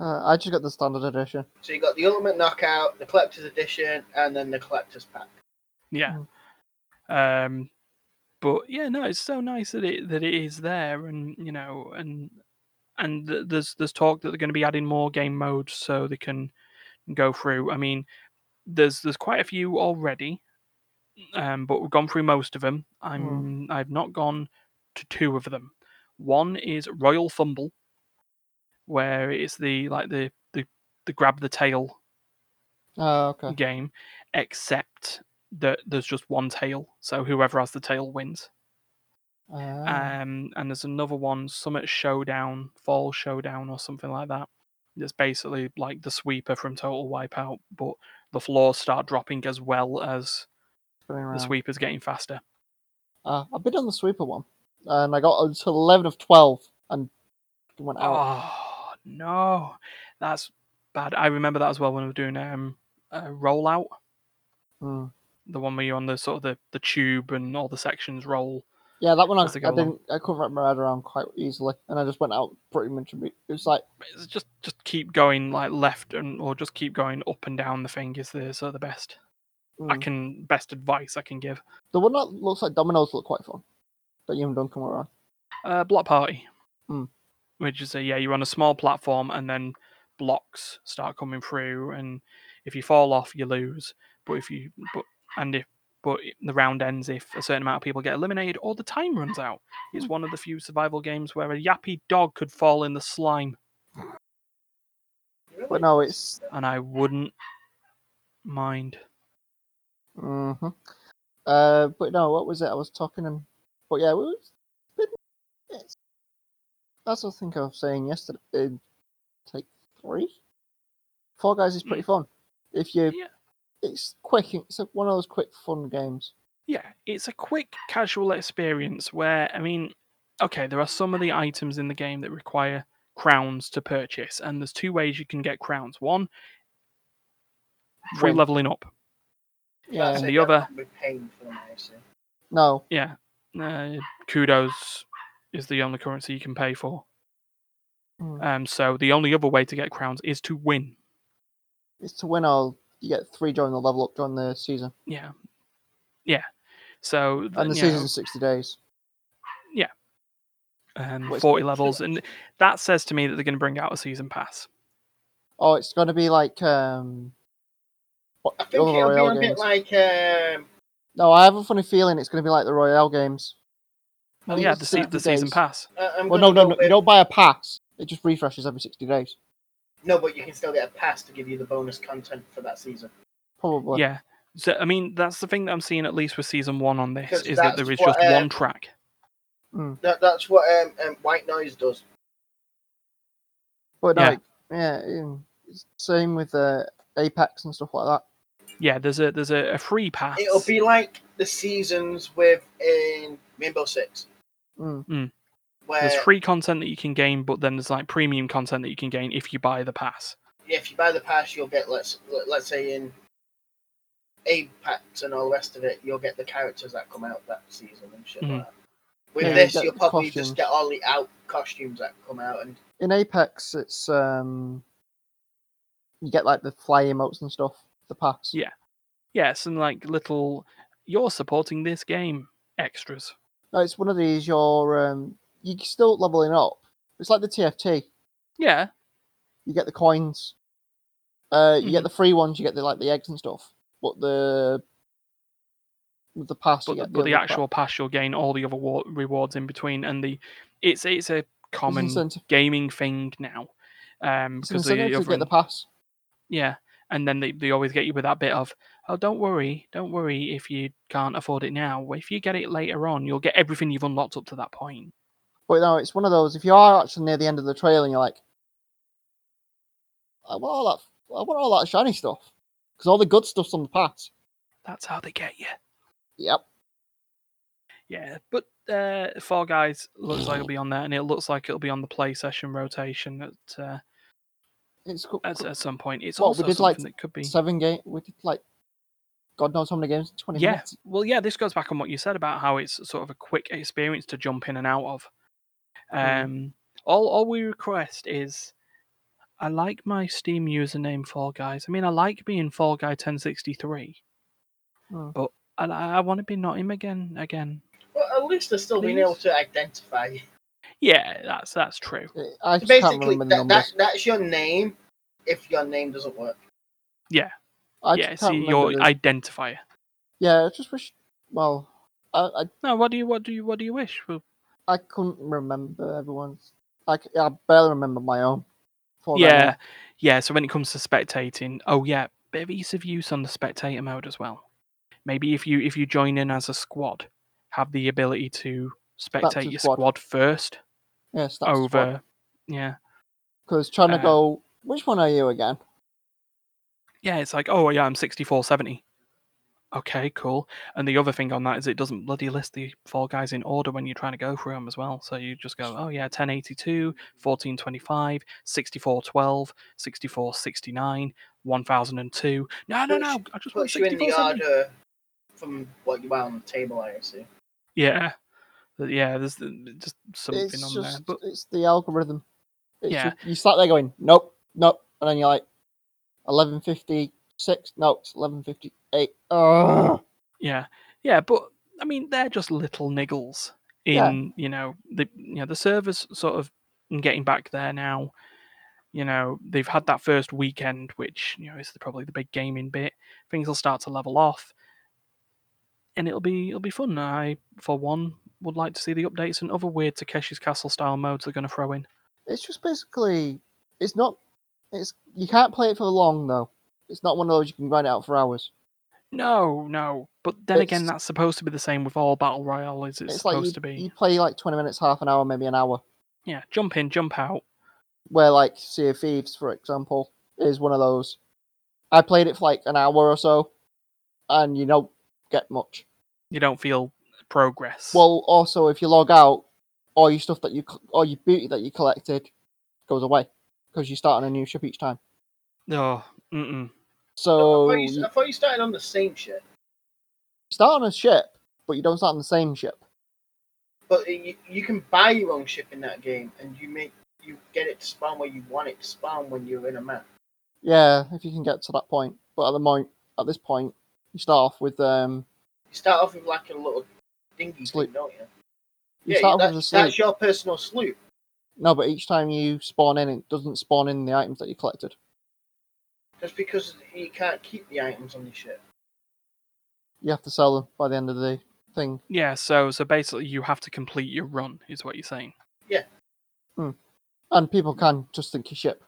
C: Uh, I just got the standard edition.
B: So you got the Ultimate Knockout, the Collector's Edition, and then the Collector's Pack.
A: Yeah. Um but yeah, no, it's so nice that it that it is there and you know and and th- there's there's talk that they're going to be adding more game modes so they can go through. I mean, there's there's quite a few already. Um but we've gone through most of them. I'm I've not gone to two of them. One is Royal Fumble where it's the like the the, the grab the tail
C: Oh, okay.
A: game, except that there's just one tail, so whoever has the tail wins. Hmm.
C: Ah,
A: Um, and there's another one, Summit Showdown, Fall Showdown, or something like that. That's basically like the sweeper from Total Wipeout, but the floors start dropping as well as
C: spinning
A: the
C: round.
A: sweeper's getting faster.
C: Uh, I've been on the sweeper one, and I got until eleven of twelve and went out.
A: Oh no, that's bad. I remember that as well when I was doing um a rollout, Oh.
C: Hmm.
A: the one where you're on the sort of the, the tube and all the sections roll.
C: Yeah, that one I, I
A: As they go along.
C: didn't. I couldn't wrap my head around quite easily, and I just went out pretty much. imme- It was like
A: it's just just keep going like left and or just keep going up and down the thing is the sort of the best I
C: mm.
A: can best advice I can give.
C: the one that looks like dominoes looked quite fun. That you and Duncan were on.
A: Uh, block party,
C: Mm.
A: which is a, yeah you're on a small platform and then blocks start coming through, and if you fall off, you lose. But if you but and if but the round ends if a certain amount of people get eliminated or the time runs out. It's one of the few survival games where a yappy dog could fall in the slime,
C: But no, it's.
A: and I wouldn't mind.
C: hmm Uh, but no, what was it? I was talking and. But yeah, it was. But it's, that's what I think I was saying yesterday. In take three? Four Guys is pretty fun. If you.
A: Yeah.
C: It's quick. It's one of those quick, fun games.
A: Yeah, it's a quick, casual experience where, I mean, okay, there are some of the items in the game that require crowns to purchase, and there's two ways you can get crowns. One, free
C: Win.
A: leveling up.
C: Yeah.
B: That's
A: And
B: it,
A: the
B: yeah,
A: other-
B: that'd be painful, I see.
C: No.
A: Yeah, uh, kudos is the only currency you can pay for.
C: Mm.
A: Um, so the only other way to get crowns is to win.
C: It's to win all. You get three during the level up during the season.
A: Yeah, yeah. So th-
C: And the
A: you know,
C: season's 60 days.
A: um,
C: What's
A: forty
C: the-
A: levels, and that says to me that they're going to bring out a season pass.
C: Oh, it's going to be like. um. what-
B: I think
C: all the
B: it'll be
C: Royale
B: a bit
C: games.
B: like um,
C: No, I have a funny feeling it's going to be like the Royale games. I
A: Oh,
C: think
A: yeah,
C: it's
A: the, se- the
C: 60
A: season
C: days.
A: pass.
B: uh, I'm
C: Well, no,
B: gonna go
C: no, no. You
B: with-
C: don't buy a pass. It just refreshes every 60 days,
B: no, but you can still get a pass to give you the bonus content for that season.
C: probably.
A: Yeah. So I mean, that's the thing that I'm seeing at least with season one on this
B: Because
A: is that
B: that's
A: there is
B: what,
A: just
B: uh,
A: one track.
B: That, that's what um, um, White Noise does.
C: But no,
A: Yeah.
C: yeah, yeah mm, it's same with uh, Apex and stuff like that.
A: Yeah, there's a there's a, a free pass.
B: It'll be like the seasons with in Rainbow Six,
C: Mm.
B: where
A: There's Hmm.
B: uh,
A: free content that you can gain, but then there's like premium content that you can gain if you buy the pass.
B: if you buy the pass, you'll get let's let- let's say in Apex and all the rest of it, you'll get the characters that come out that season and shit.
A: Mhm.
B: Like that. With
C: Yeah, you
B: this,
C: get
B: you'll
C: the
B: probably
C: costumes.
B: just get all the out costumes that come out and
C: In Apex, it's um, you get like the fly emotes and stuff. The pass.
A: Yeah. Yes, and like little, you're supporting this game extras.
C: No, it's one of these. You're um, you can still leveling up. It's like the TFT.
A: Yeah,
C: You get the coins. Uh, you
A: Mm-hmm.
C: get the free ones. You get the like the eggs and stuff. But the with the pass,
A: but,
C: you
A: the,
C: get
A: but the
C: other crap.
A: actual pass you'll gain all the other wa- rewards in between, and the it's it's a
C: There's
A: common
C: incentive-
A: gaming thing now. Um,
C: there's
A: because
C: incentive
A: the
C: to get
A: other
C: the pass.
A: Yeah. And then they, they always get you with that bit of, oh, don't worry, don't worry if you can't afford it now. If you get it later on, you'll get everything you've unlocked up to that point.
C: But no, it's one of those. If you are actually near the end of the trail and you're like, I want all that, I want all that shiny stuff, because all the good stuff's on the path.
A: That's how they get you.
C: Yep.
A: Yeah. But uh, Fall Guys looks like it'll be on there, and it looks like it'll be on the play session rotation at uh,
C: It's cool.
A: at, at some point. It's
C: Well, we
A: also
C: did,
A: something
C: like,
A: that could be.
C: seven game. We did like, God knows how many games. in Twenty
A: Yeah.
C: minutes.
A: Well, yeah, this goes back on what you said about how it's sort of a quick experience to jump in and out of.
C: Mm.
A: Um, all all we request is, I like my Steam username Fall Guys. I mean, I like being Fall Guy 1063,
C: Mm.
A: but I, I want to be not him again. Again,
B: well, at least they're still being
A: Please.
B: able to identify you.
A: yeah, that's that's true.
C: Uh, I just can't
B: Basically,
C: remember the
B: that,
C: numbers.
B: that, that's your name. If your name doesn't work,
C: I just
A: yeah,
C: can't
A: see
C: remember
A: your
C: the-
A: identifier.
C: Yeah, I just wish. Well, I, I
A: No, what do you what do you what do you wish? Well,
C: I couldn't remember everyone's. I, c- I barely remember my own. for that
A: yeah,
C: one.
A: yeah. So when it comes to spectating, oh yeah, bit of ease of use on the spectator mode as well. Maybe if you if you join in as a squad, have the ability to
C: to
A: spectate your
C: squad.
A: squad first
C: Yeah, it's that
A: over. Yeah,
C: Because trying to
A: uh,
C: go. Which one are you again?
A: yeah. It's like oh yeah, I'm sixty four seventy. Okay, cool. And the other thing on that is it doesn't bloody list the four guys in order when you're trying to go through them as well. So you just go, oh yeah, 1082, 1425, 6412, 6469, 1002. No, no,
B: Puts-
A: no. I just want
B: puts you in the
A: 6470.
B: order from what you are on the table. I see.
A: Yeah. Th- Yeah, there's the- just something
C: it's
A: on
C: just
A: there. But
C: it's the algorithm. It's
A: Yeah.
C: ju- you start there going, nope, nope, and then you're like, eleven fifty six, no, it's eleven fifty eight. Oh,
A: yeah. Yeah, but I mean they're just little niggles in,
C: Yeah.
A: you know, the you know, the servers sort of getting back there now. you know they've had that first weekend which you know is the, probably the big gaming bit things will start to level off and it'll be it'll be fun i for one would like to see the updates and other weird takeshi's castle style modes they're going to throw in
C: It's just basically it's not it's you can't play it for long though. It's not one of those you can grind it out for hours.
A: no no but then again
C: It's-
A: that's supposed to be the same with all battle royale is it's,
C: It's, like
A: supposed
C: you,
A: to be
C: you play like twenty minutes, half an hour, maybe an hour.
A: yeah jump in jump out
C: Where like Sea of Thieves, for example, is one of those. I played it for like an hour or so, and you don't get much.
A: you don't feel progress
C: Well, also if you log out, all your stuff that you c- all your booty that you collected goes away because you start on a new ship each time.
A: oh, mm-mm.
C: So
B: I, thought
C: Oh, you
B: you, I thought you started on the same shit,
C: start on a ship, but you don't start on the same ship.
B: but you, you can buy your own ship in that game, and you make you get it to spawn where you want it to spawn when you're in a map.
C: Yeah, if you can get to that point. But at the moment, at this point, you start off with um,
B: You start off with like a little dinghy,
C: Sloop.
B: thing, don't you?
C: you
B: yeah,
C: start off
B: that's,
C: with a
B: that's
C: sloop.
B: your personal sloop.
C: No, but each time you spawn in, it doesn't spawn in the items that you collected.
B: Just because you can't keep the items on your ship.
C: You have to sell them by the end of the thing.
A: yeah so so basically you have to complete your run is what you're saying
C: And people can just think your ship.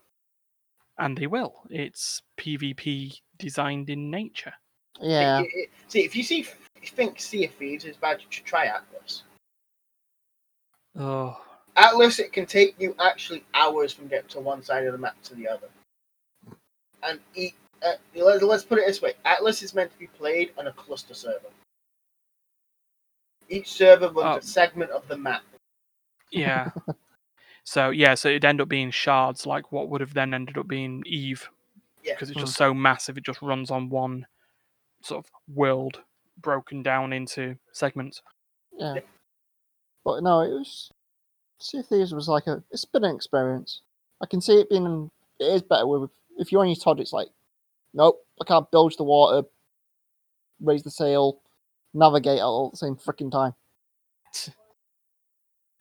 A: and they will it's pvp designed in nature
C: Yeah,
B: It- it- it- see, if you see, you think Sea of Thieves is bad, you should try Atlas.
A: oh
B: Atlas, it can take you actually hours from getting to one side of the map to the other. And e uh, let- let's put it this way: Atlas is meant to be played on a cluster server. Each server runs
A: Oh.
B: a segment of the map.
A: Yeah. so yeah, so it'd end up being shards, like what would have then ended up being Eve,
B: Yeah.
A: because it's
C: Mm.
A: just so massive. It just runs on one sort of world, broken down into segments.
C: yeah. But no, it was. Sea of Thieves was like a. It's been an experience. I can see it being. It is better with. If you're on your Todd, it's like, nope, I can't bilge the water, raise the sail, navigate all at the same freaking time.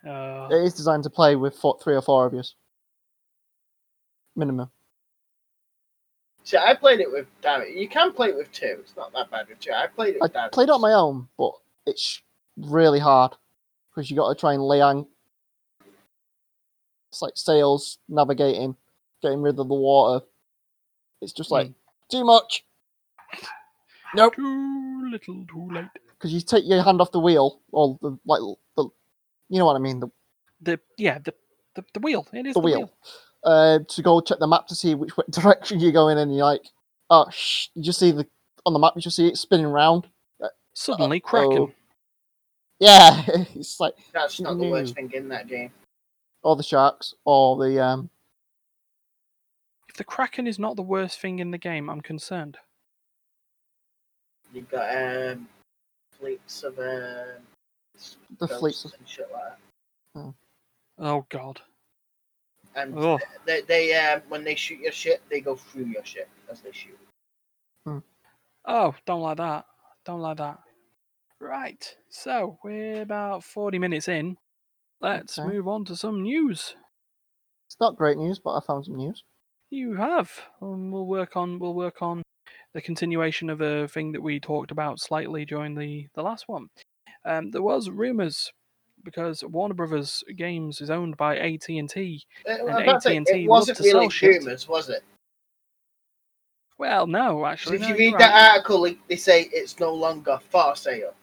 A: Uh,
C: It is designed to play with four, three or four of yous. Minimum.
B: See, I played it with Darren. You can play it with two. It's not that bad with two. I played it.
C: I
B: With Darren.
C: played on my own, but it's really hard because you got to try and lay on. It's like sails, navigating, getting rid of the water. It's just like too much
A: too little, too late.
C: because you take your hand off the wheel or the like the, you know what I mean, the,
A: The yeah, the the, the wheel. It is
C: the wheel, uh, to go check the map to see which w- direction you're going in. And you're like, oh, sh-. you just see the on the map, you just see it spinning round.
A: Suddenly cracking.
C: Yeah, it's like
B: That's not the
C: No.
B: worst thing in that game.
C: or the sharks or the um
A: If the kraken is not the worst thing in the game, I'm concerned.
B: You've got um, fleets of um,
C: the
B: ghosts
C: fleets of-
B: and shit like that.
A: Oh God.
B: And
A: Oh.
B: they, they um, when they shoot your ship, they go through your ship as they shoot.
A: Oh, don't like that. Don't like that. Right. So we're about 40 minutes in. Let's
C: Okay.
A: move on to some news.
C: it's not great news, but I found some news.
A: You have. Um, we'll work on. We'll work on the continuation of a thing that we talked about slightly during the the last one. Um, there was rumors because Warner Brothers Games is owned by AT and T.
B: Uh,
A: And
B: I'm about to say,
A: AT&T
B: it
A: love
B: wasn't
A: to
B: really
A: sell shit.
B: rumors, was it?
A: Well, no,
B: 'Cause
A: actually.
B: if
A: no,
B: you
A: you're
B: read
A: right.
B: that article, they- they say it's no longer for sale.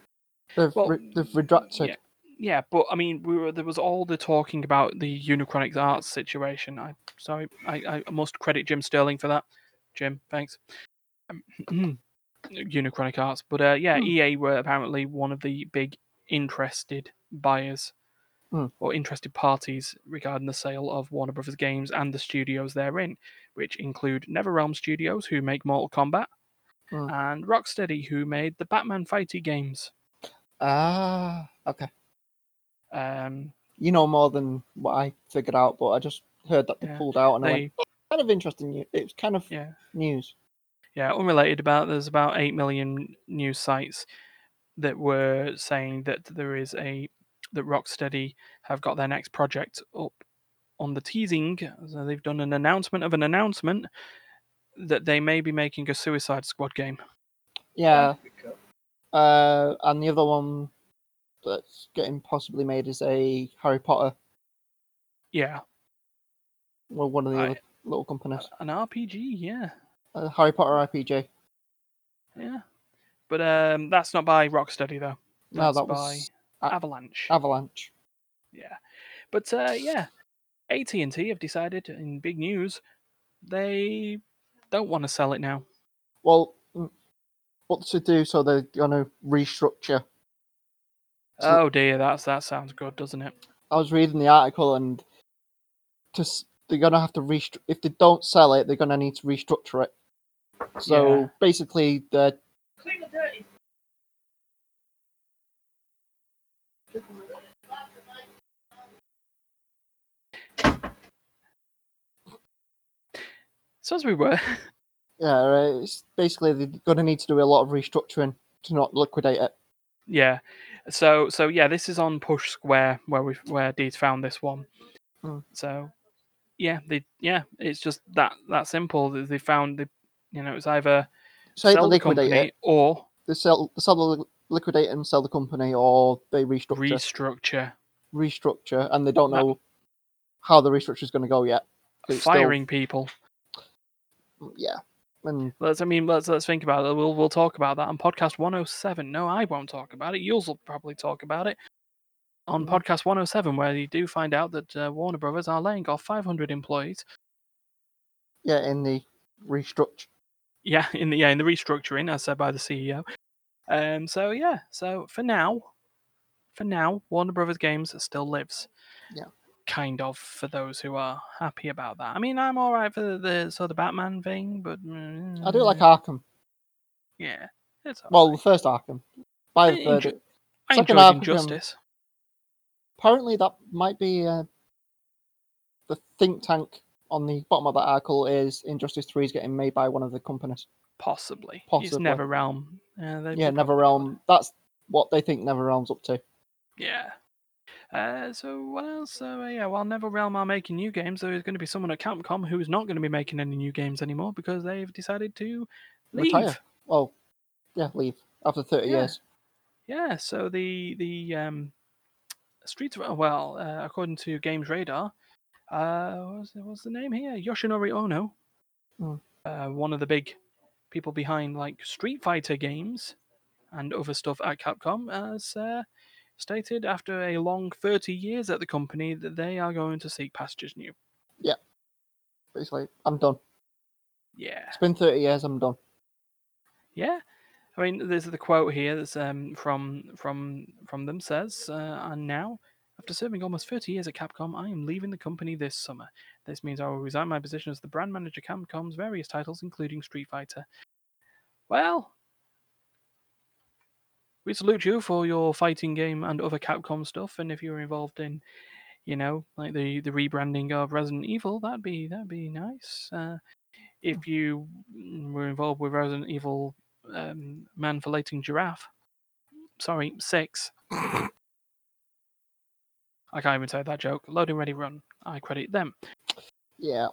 C: They've
A: Well,
C: re- they've retracted.
A: Yeah, yeah, but I mean, we were there was all the talking about the Unicronics Arts situation. I sorry, I, I must credit Jim Sterling for that. Jim, thanks. Um, Unicronic Arts, but uh, yeah,
C: Hmm.
A: EA were apparently one of the big interested buyers
C: Hmm.
A: or interested parties regarding the sale of Warner Brothers games and the studios therein, which include NeverRealm Studios, who make Mortal Kombat,
C: Hmm.
A: and Rocksteady, who made the Batman fighty games.
C: Ah, okay.
A: Um,
C: You know more than what I figured out, but I just heard that they
A: Yeah,
C: pulled out, and I
A: they
C: went, kind of interesting. News. It was kind of
A: Yeah.
C: news.
A: Yeah, unrelated about there's about 8 million news sites that were saying that there is a that Rocksteady have got their next project up on the teasing, so they've done an announcement of an announcement that they may be making a Suicide Squad game.
C: Yeah. Uh, and the other one that's getting possibly made is a Harry Potter,
A: Yeah,
C: well, one of the
A: I-
C: other little companies.
A: an RPG. Yeah,
C: Uh, Harry Potter RPG.
A: yeah. But um, that's not by Rocksteady though.
C: No,
A: That's
C: that was uh,
A: by
C: A-
A: Avalanche.
C: Avalanche.
A: Yeah, but uh, yeah, AT and T have decided in big news they don't want to sell it now.
C: Well, mm, what to do? So they're going to restructure. So-
A: Oh dear, that's that sounds good, doesn't it?
C: I was reading the article and just they're gonna have to restru- if they don't sell it, they're gonna need to restructure it. So
A: Yeah.
C: basically, they're
B: Clean the dirty.
A: So as we were,
C: yeah, uh, it's basically they're gonna need to do a lot of restructuring to not liquidate it.
A: yeah. So so yeah, this is on Push Square where we where Deeds found this one.
C: Hmm.
A: So yeah, they yeah, it's just that that simple. They- They found the you know it's either
C: So either
A: sell the
C: liquidate
A: company
C: it,
A: or
C: they sell, they sell the li- liquidate and sell the company, or they restructure,
A: restructure.
C: restructure, and they don't
A: That-
C: know how the restructure is gonna go yet. 'cause it's still-
A: Firing people.
C: yeah, and
A: Let's I mean let's let's think about it. We'll we'll talk about that on podcast 107. No, I won't talk about it. You'll probably talk about it on
C: Mhm.
A: podcast 107 where you do find out that uh, Warner Brothers are laying off 500 employees.
C: yeah, in the restructure.
A: Yeah, in the yeah, in the restructuring as said by the CEO. Um so yeah, so for now for now Warner Brothers Games still lives.
C: Yeah.
A: Kind of for those who are happy about that. I mean, I'm all right for the, the sort of Batman thing, but
C: I
A: Mm.
C: do like Arkham.
A: yeah. It's all
C: Well,
A: right.
C: the first Arkham. By the
A: I
C: third,
A: enjoy-
C: it-
A: I
C: second
A: enjoyed
C: Arkham-
A: Injustice.
C: apparently that might be uh, the think tank on the bottom of that article is Injustice Three is getting made by one of the companies.
A: Possibly. It's
C: Possibly.
A: NetherRealm. Uh, they've
C: yeah,
A: got-
C: NetherRealm. That's what they think NetherRealm's up to.
A: Yeah. Uh, so what else? Uh, yeah, while NetherRealm are making new games, there is going to be someone at Capcom who is not going to be making any new games anymore because they've decided to leave.
C: Retire. Well, yeah, leave after thirty
A: Yeah.
C: years.
A: Yeah. So the the um, Streets of well, uh, according to Games Radar, uh, what's the, what's the name here? Yoshinori Ono,
C: Hmm.
A: uh, one of the big people behind like Street Fighter games and other stuff at Capcom, has uh, stated after a long 30 years at the company that they are going to seek pastures new.
C: Basically, I'm done.
A: Yeah.
C: It's been thirty years. I'm done.
A: Yeah. I mean, there's the quote here that's um, from from from them says, uh, and now, after serving almost 30 years at Capcom, I am leaving the company this summer. This means I will resign my position as the brand manager of Capcom's various titles, including Street Fighter. Well, we salute you for your fighting game and other Capcom stuff, and if you were involved in, you know, like the the rebranding of Resident Evil, that'd be that'd be nice. Uh, if you mm, were involved with Resident Evil um, man for lating giraffe. Sorry, six. I can't even say that joke. Loading, ready, run. I credit them.
C: Yeah,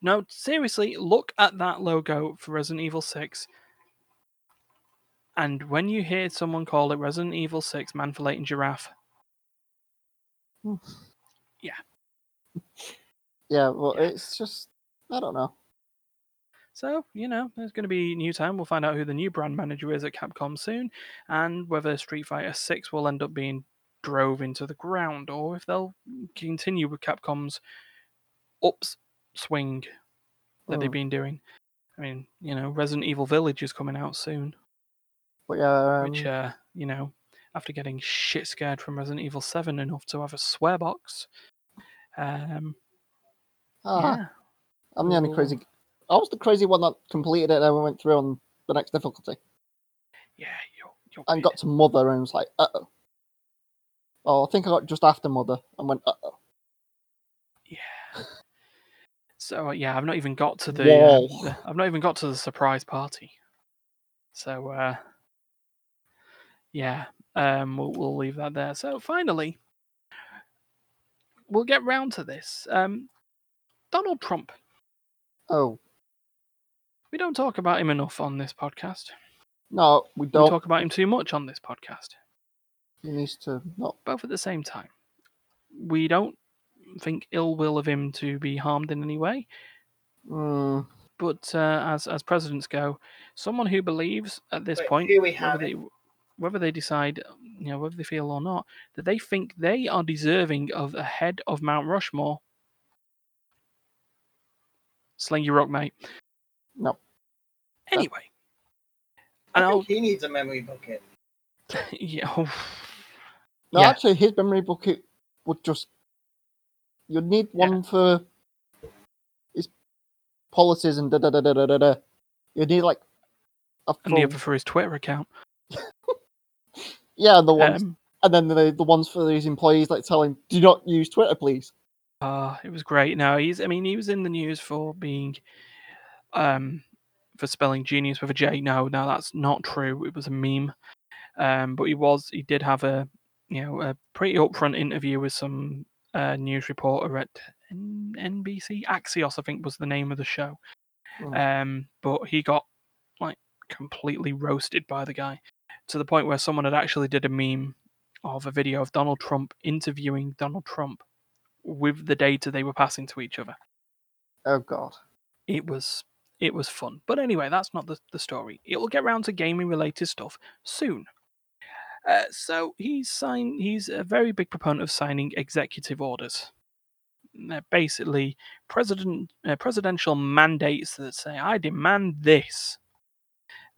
A: No, seriously, look at that logo for Resident Evil 6. And when you hear someone call it Resident Evil 6 Man for Latin Giraffe,
C: yeah. Well,
A: Yeah.
C: it's just I don't know.
A: So, you know, there's going to be new time. We'll find out who the new brand manager is at Capcom soon and whether Street Fighter 6 will end up being drove into the ground or if they'll continue with Capcom's upswing that they've
C: Mm.
A: been doing. I mean, you know, Resident Evil Village is coming out soon,
C: But yeah, um,
A: which, uh, you know, after getting shit scared from Resident Evil 7 enough to have a swear box. Um,
C: ah,
A: yeah.
C: I'm the only
A: we'll-
C: crazy. I was the crazy one that completed it and went through on the next difficulty.
A: Yeah, you're, you're
C: and
A: weird.
C: got to mother and was like, uh oh. Oh, I think I got just after mother and went, uh oh.
A: So uh, yeah, I've not even got to the, um,
C: Whoa.
A: the- I've not even got to the surprise party. So uh, yeah, um, we'll, we'll leave that there. So finally, we'll get round to this. Um, Donald Trump.
C: Oh
A: We don't talk about him enough on this podcast.
C: no, we
A: We
C: don't.
A: talk about him too much on this podcast.
C: He needs to not.
A: both at the same time. We don't think ill will of him to be harmed in any way,
C: Mm,
A: but uh, as as presidents go, someone who believes at this
B: But
A: point,
B: here we
A: whether
B: have it.
A: they, whether they decide, you know, whether they feel or not, that they think they are deserving of a head of Mount Rushmore. Sling your rock, mate.
C: No.
A: Anyway, and
B: I
A: I'll
B: think he needs a memory bucket.
A: yeah. oh,
C: no,
A: Yeah.
C: actually, his memory bucket would just. You'd need
A: Yeah.
C: one for his policies and da da da da da da. da. You'd need like a
A: and the
C: full-
A: other for his Twitter account.
C: yeah, and the ones,
A: Um,
C: and then the the ones for his employees like telling, do not use Twitter, please.
A: Ah, it was great. No, he's. I mean, he was in the news for being, um, for spelling genius with a J. No, no, that's not true. It was a meme. Um, but he was. He did have a, you know, a pretty upfront interview with some uh, news reporter at N- NBC Axios, I think was the name of the show.
C: Mm.
A: Um, but he got like completely roasted by the guy to the point where someone had actually did a meme of a video of Donald Trump interviewing Donald Trump with the data they were passing to each other.
C: Oh God.
A: It was it was fun. But anyway, that's not the, the story. It will get round to gaming related stuff soon. Uh, so he's sign he's a very big proponent of signing executive orders. They're basically president uh, presidential mandates that say I demand this,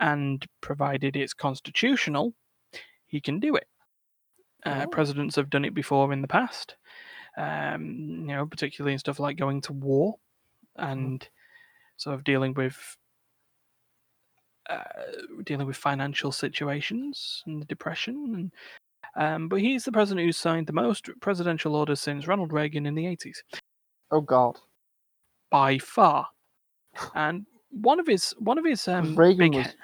A: and provided it's constitutional, he can do it. Uh,
C: Oh.
A: Presidents have done it before in the past um, you know, particularly in stuff like going to war and sort of dealing with uh, dealing with financial situations and the depression. And, um, but he's the president who signed the most presidential orders since Ronald Reagan in the 80s,
C: Oh God.
A: by far. And one of his one of his um,
C: Reagan
A: big
C: was-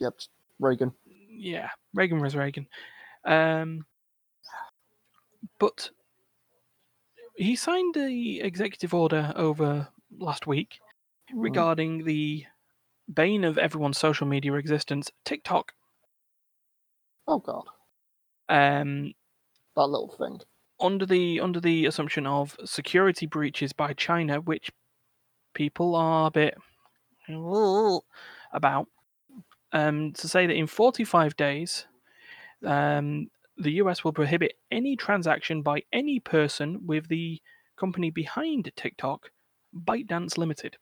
C: Yep. Reagan.
A: yeah, Reagan was Reagan. Um, but he signed a executive order over last week regarding the bane of everyone's social media existence, TikTok.
C: Oh God.
A: Um,
C: That little thing.
A: under the under the assumption of security breaches by China, which people are a bit about. Um, to say that in 45 days, um, the US will prohibit any transaction by any person with the company behind TikTok, ByteDance Limited.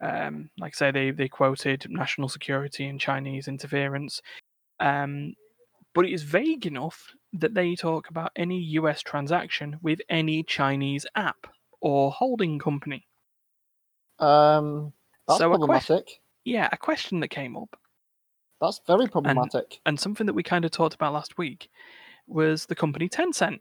A: Um, like I say, they, they quoted national security and Chinese interference. Um, but it is vague enough that they talk about any US transaction with any Chinese app or holding company.
C: Um. That's
A: So a
C: problematic.
A: question- Yeah, a question that came up
C: That's very problematic.
A: and something that we kind of talked about last week was the company Tencent.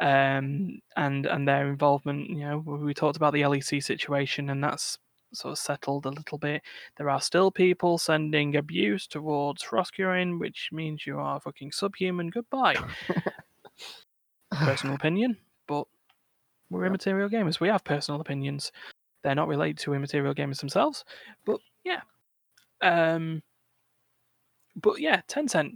A: Um, and and their involvement, you know, we we talked about the LEC situation, and that's sort of settled a little bit. There are still people sending abuse towards Roscurin, which means you are fucking subhuman. Goodbye. personal opinion, but we're
C: Yeah.
A: immaterial gamers. We have personal opinions. They're not related to immaterial gamers themselves, but yeah. Um, but yeah, Tencent,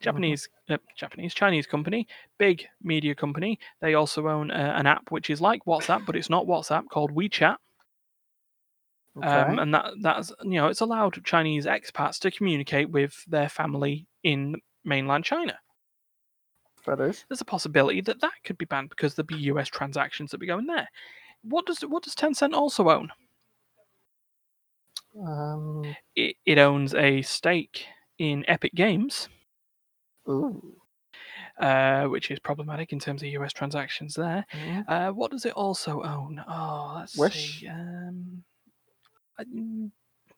A: Japanese, uh, Japanese Chinese company, big media company. They also own uh, an app which is like WhatsApp, but it's not WhatsApp, called WeChat.
C: Okay.
A: Um, and that that's you know it's allowed Chinese expats to communicate with their family in mainland China.
C: that is.
A: there's a possibility that that could be banned because there'd be US transactions that be going there. What does what does Tencent also own?
C: Um.
A: It, it owns a stake in Epic Games,
C: Ooh.
A: uh, which is problematic in terms of US transactions there.
C: Mm.
A: Uh, what does it also own? Oh, let's
C: Wish?
A: see. Um, I- mm,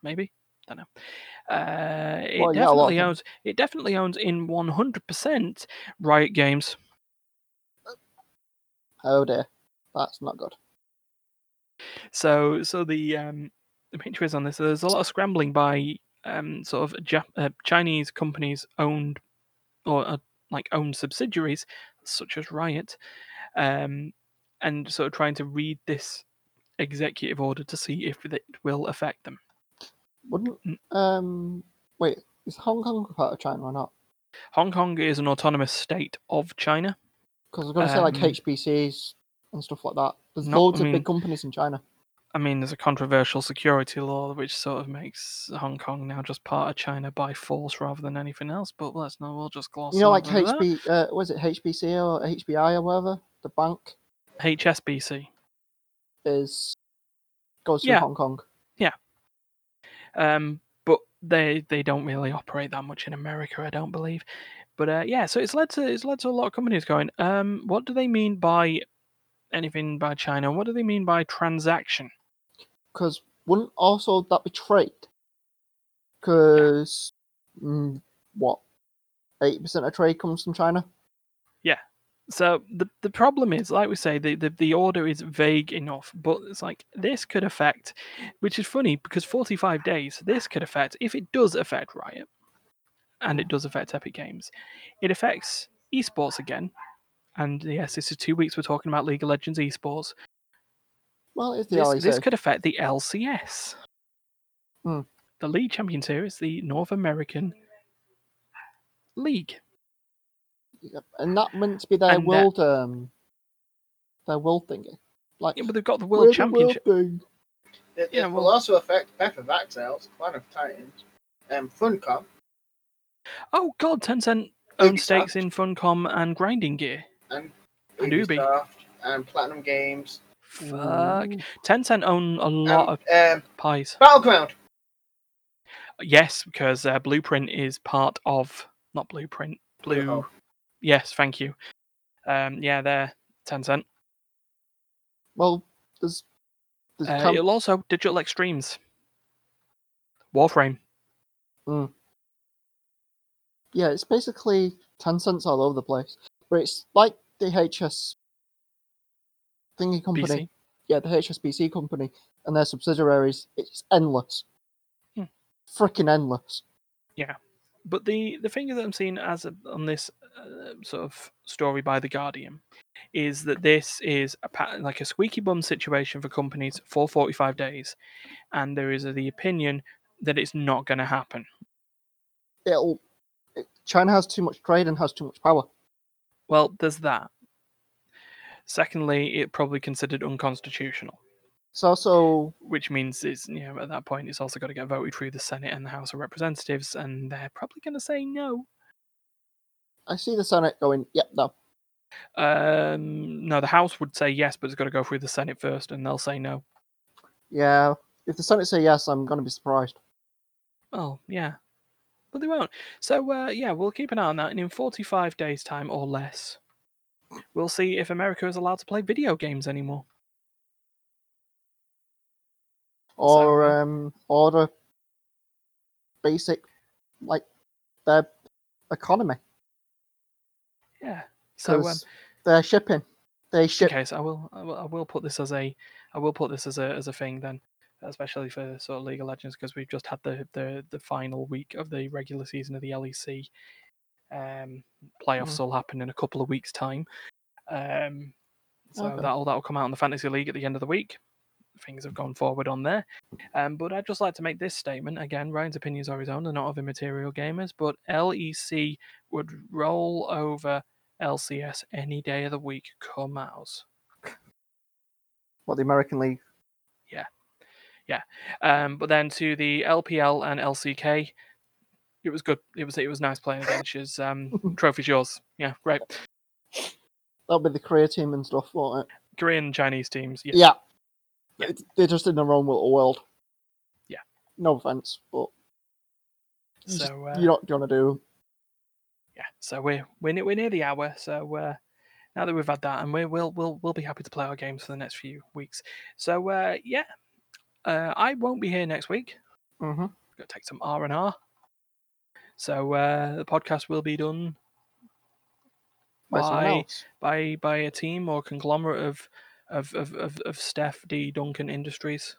A: maybe don't know. Uh, it
C: Well, yeah, a lot of
A: definitely
C: them.
A: owns. It definitely owns in 100% Riot Games.
C: Oh dear. That's not good.
A: So, so the um, the picture is on this. There's a lot of scrambling by um, sort of Jap- uh, Chinese companies owned or uh, like owned subsidiaries such as Riot, um, and sort of trying to read this executive order to see if it will affect them.
C: Wouldn't
A: Mm.
C: um wait, is Hong Kong part of China or not?
A: Hong Kong is an autonomous state of China.
C: Because I was going to say like
A: Um,
C: HBCs and stuff like that. There's
A: not-
C: loads
A: I
C: of
A: mean-
C: big companies in China.
A: I mean, there's a controversial security law which sort of makes Hong Kong now just part of China by force rather than anything else. But let's not. We'll just gloss.
C: You know, like
A: over that.
C: HB, uh, was it HBC or HBI or whatever? The bank
A: HSBC.
C: is goes through
A: Yeah.
C: Hong Kong.
A: um, but they they don't really operate that much in America, I don't believe. But uh, yeah, so it's led to it's led to a lot of companies going, um, what do they mean by anything by China? What do they mean by transaction?
C: Because wouldn't also that be trade? Because mm, what eighty percent of trade comes from China.
A: So the the problem is, like we say, the, the the order is vague enough, but it's like this could affect, which is funny because forty five days this could affect if it does affect Riot, and it does affect Epic Games, it affects esports again, and yes, this is two weeks we're talking about League of Legends esports.
C: Well, it's the
A: This, this
C: LEC.
A: could affect the LCS,
C: Hmm.
A: the League Champion Series, the North American League.
C: and that meant to be their
A: and that-
C: world, um, their world thingy. Like
A: Yeah, but they've got the
C: we're
A: World
C: the
A: Championship.
C: thing.
B: It,
A: Yeah,
B: it
A: well-
B: will also affect Beth of Axels, Clan of Titans, and Funcom.
A: Oh God, Tencent
B: Ubisoft.
A: own stakes in Funcom and grinding gear. And Ubi.
B: Ubisoft and Platinum Games.
A: Fuck. Tencent own a lot of
B: and, um,
A: pies.
B: Battleground.
A: Yes, because uh, Blueprint is part of not Blueprint. Blue.
B: Hole.
A: Yes, thank you. Um, yeah, they're Tencent.
C: Well, there's there's
A: Uh,
C: camp-
A: it'll also Digital Extremes. Warframe.
C: yeah, it's basically Tencent's all over the place. But it's like the HS thingy company.
A: BC.
C: Yeah, the HSBC company and their subsidiaries. It's endless.
A: Hmm.
C: Freaking endless.
A: But the the thing that I'm seeing as a, on this uh, sort of story by the Guardian is that this is a pat- like a squeaky bum situation for companies for 45 days, and there is the opinion that it's not going to happen.
C: It'll. It, China has too much trade and has too much power.
A: Well, there's that. Secondly, it probably considered unconstitutional,
C: It's also
A: which means it's you know at that point it's also got to get voted through the Senate and the House of Representatives, and they're probably going to say no.
C: I see the Senate going, yep, no.
A: Um, no, the House would say yes, but it's got to go through the Senate first, and they'll say no.
C: Yeah. If the Senate say yes, I'm going to be surprised.
A: Oh, yeah. But they won't. So, uh, yeah, we'll keep an eye on that. And in 45 days' time or less, we'll see if America is allowed to play video games anymore.
C: Or um, order basic, like their economy.
A: Yeah. So, um,
C: Because they're shipping. They ship.
A: okay, so I will, I will, I will put this as a, I will put this as a, as a thing then, especially for sort of League of Legends because we've just had the, the, the final week of the regular season of the LEC. Um, playoffs
C: Mhm.
A: will happen in a couple of weeks' time. Um, so
C: Okay.
A: that'll that'll come out in the fantasy league at the end of the week. Things have gone forward on there. Um, but I'd just like to make this statement again. Ryan's opinions are his own; they're not of immaterial gamers. But LEC would roll over LCS any day of the week. Come out.
C: What the American League.
A: Um, but then to the LPL and LCK, it was good. It was it was nice playing against you. Um, trophy's yours. Yeah, great.
C: That'll be the Korea team and stuff, won't it?
A: Korean Chinese teams. Yeah.
C: Yeah.
A: Yeah.
C: It- They're just in their own little world.
A: Yeah.
C: No offense, but you just-
A: So uh,
C: you're not going to do.
A: yeah, so we're we're near, we're near the hour. So uh, now that we've had that, and we're, we'll we'll we'll be happy to play our games for the next few weeks. So uh, yeah, uh, I won't be here next week.
C: Mm-hmm.
A: Got to take some R and R. So uh, the podcast will be done
C: By someone
A: Why?
C: else.
A: by by a team or conglomerate of of of of, of Steph D Duncan Industries,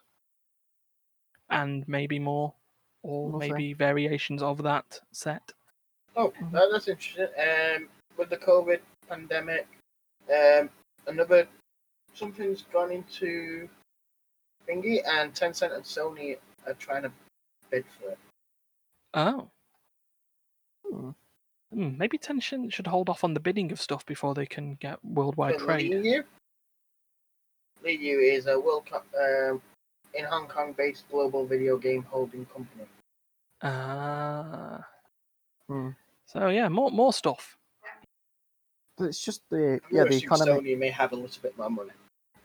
A: and maybe more, or
C: We'll see.
A: maybe variations of that set. Mm-hmm.
B: Oh, that, that's interesting. Um, with the COVID pandemic. Um, another something's gone into thingy, and Tencent and Sony are trying to bid for it.
A: Oh.
C: Hmm.
A: Hmm, maybe Tencent should hold off on the bidding of stuff before they can get worldwide
B: For
A: trade.
B: Liu. Liu is a World Cup um, in Hong Kong-based global video game holding company.
A: Ah.
C: Hmm.
A: So yeah, more more stuff.
C: But it's just
B: I'm
C: the yeah
B: gonna
C: the
B: assume
C: economy.
B: Sony may have a little bit more money.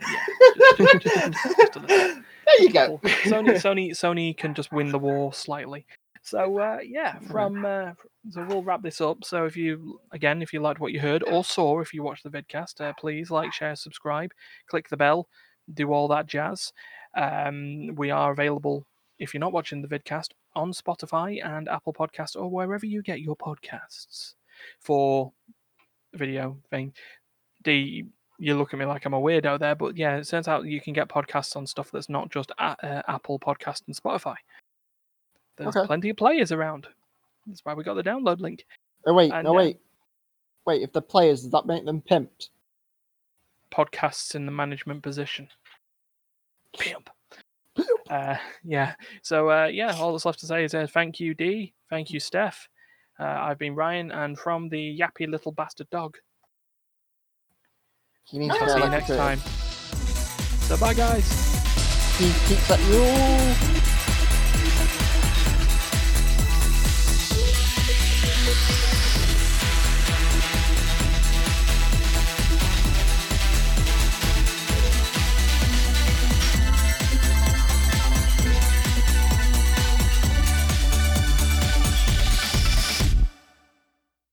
A: Just a little.
B: there you go.
A: Little- Sony, Sony, Sony can just win the war slightly. So uh, yeah,
C: Yeah.
A: from uh, so we'll wrap this up. So if you again, if you liked what you heard or saw, if you watched the vidcast, uh, please like, share, subscribe, click the bell, do all that jazz. Um, we are available if you're not watching the vidcast on Spotify and Apple Podcasts or wherever you get your podcasts for video thing. The you look at me like I'm a weirdo there, but yeah, it turns out you can get podcasts on stuff that's not just a- uh, Apple Podcast and Spotify. There's
C: Okay.
A: plenty of players around. That's why we got the download link.
C: Oh wait,
A: and,
C: no
A: uh,
C: wait, wait. If the players, does that make them pimped?
A: Podcasts in the management position. Pimp. Uh, yeah. So uh, yeah, all that's left to say is uh, thank you, D. Thank you, Steph. Uh, I've been Ryan, and from the yappy little bastard dog.
C: You need
B: I'll
C: to
A: I'll
C: get
A: see you
C: electrocuted.
A: next time. So bye, guys.
C: He keeps that rule.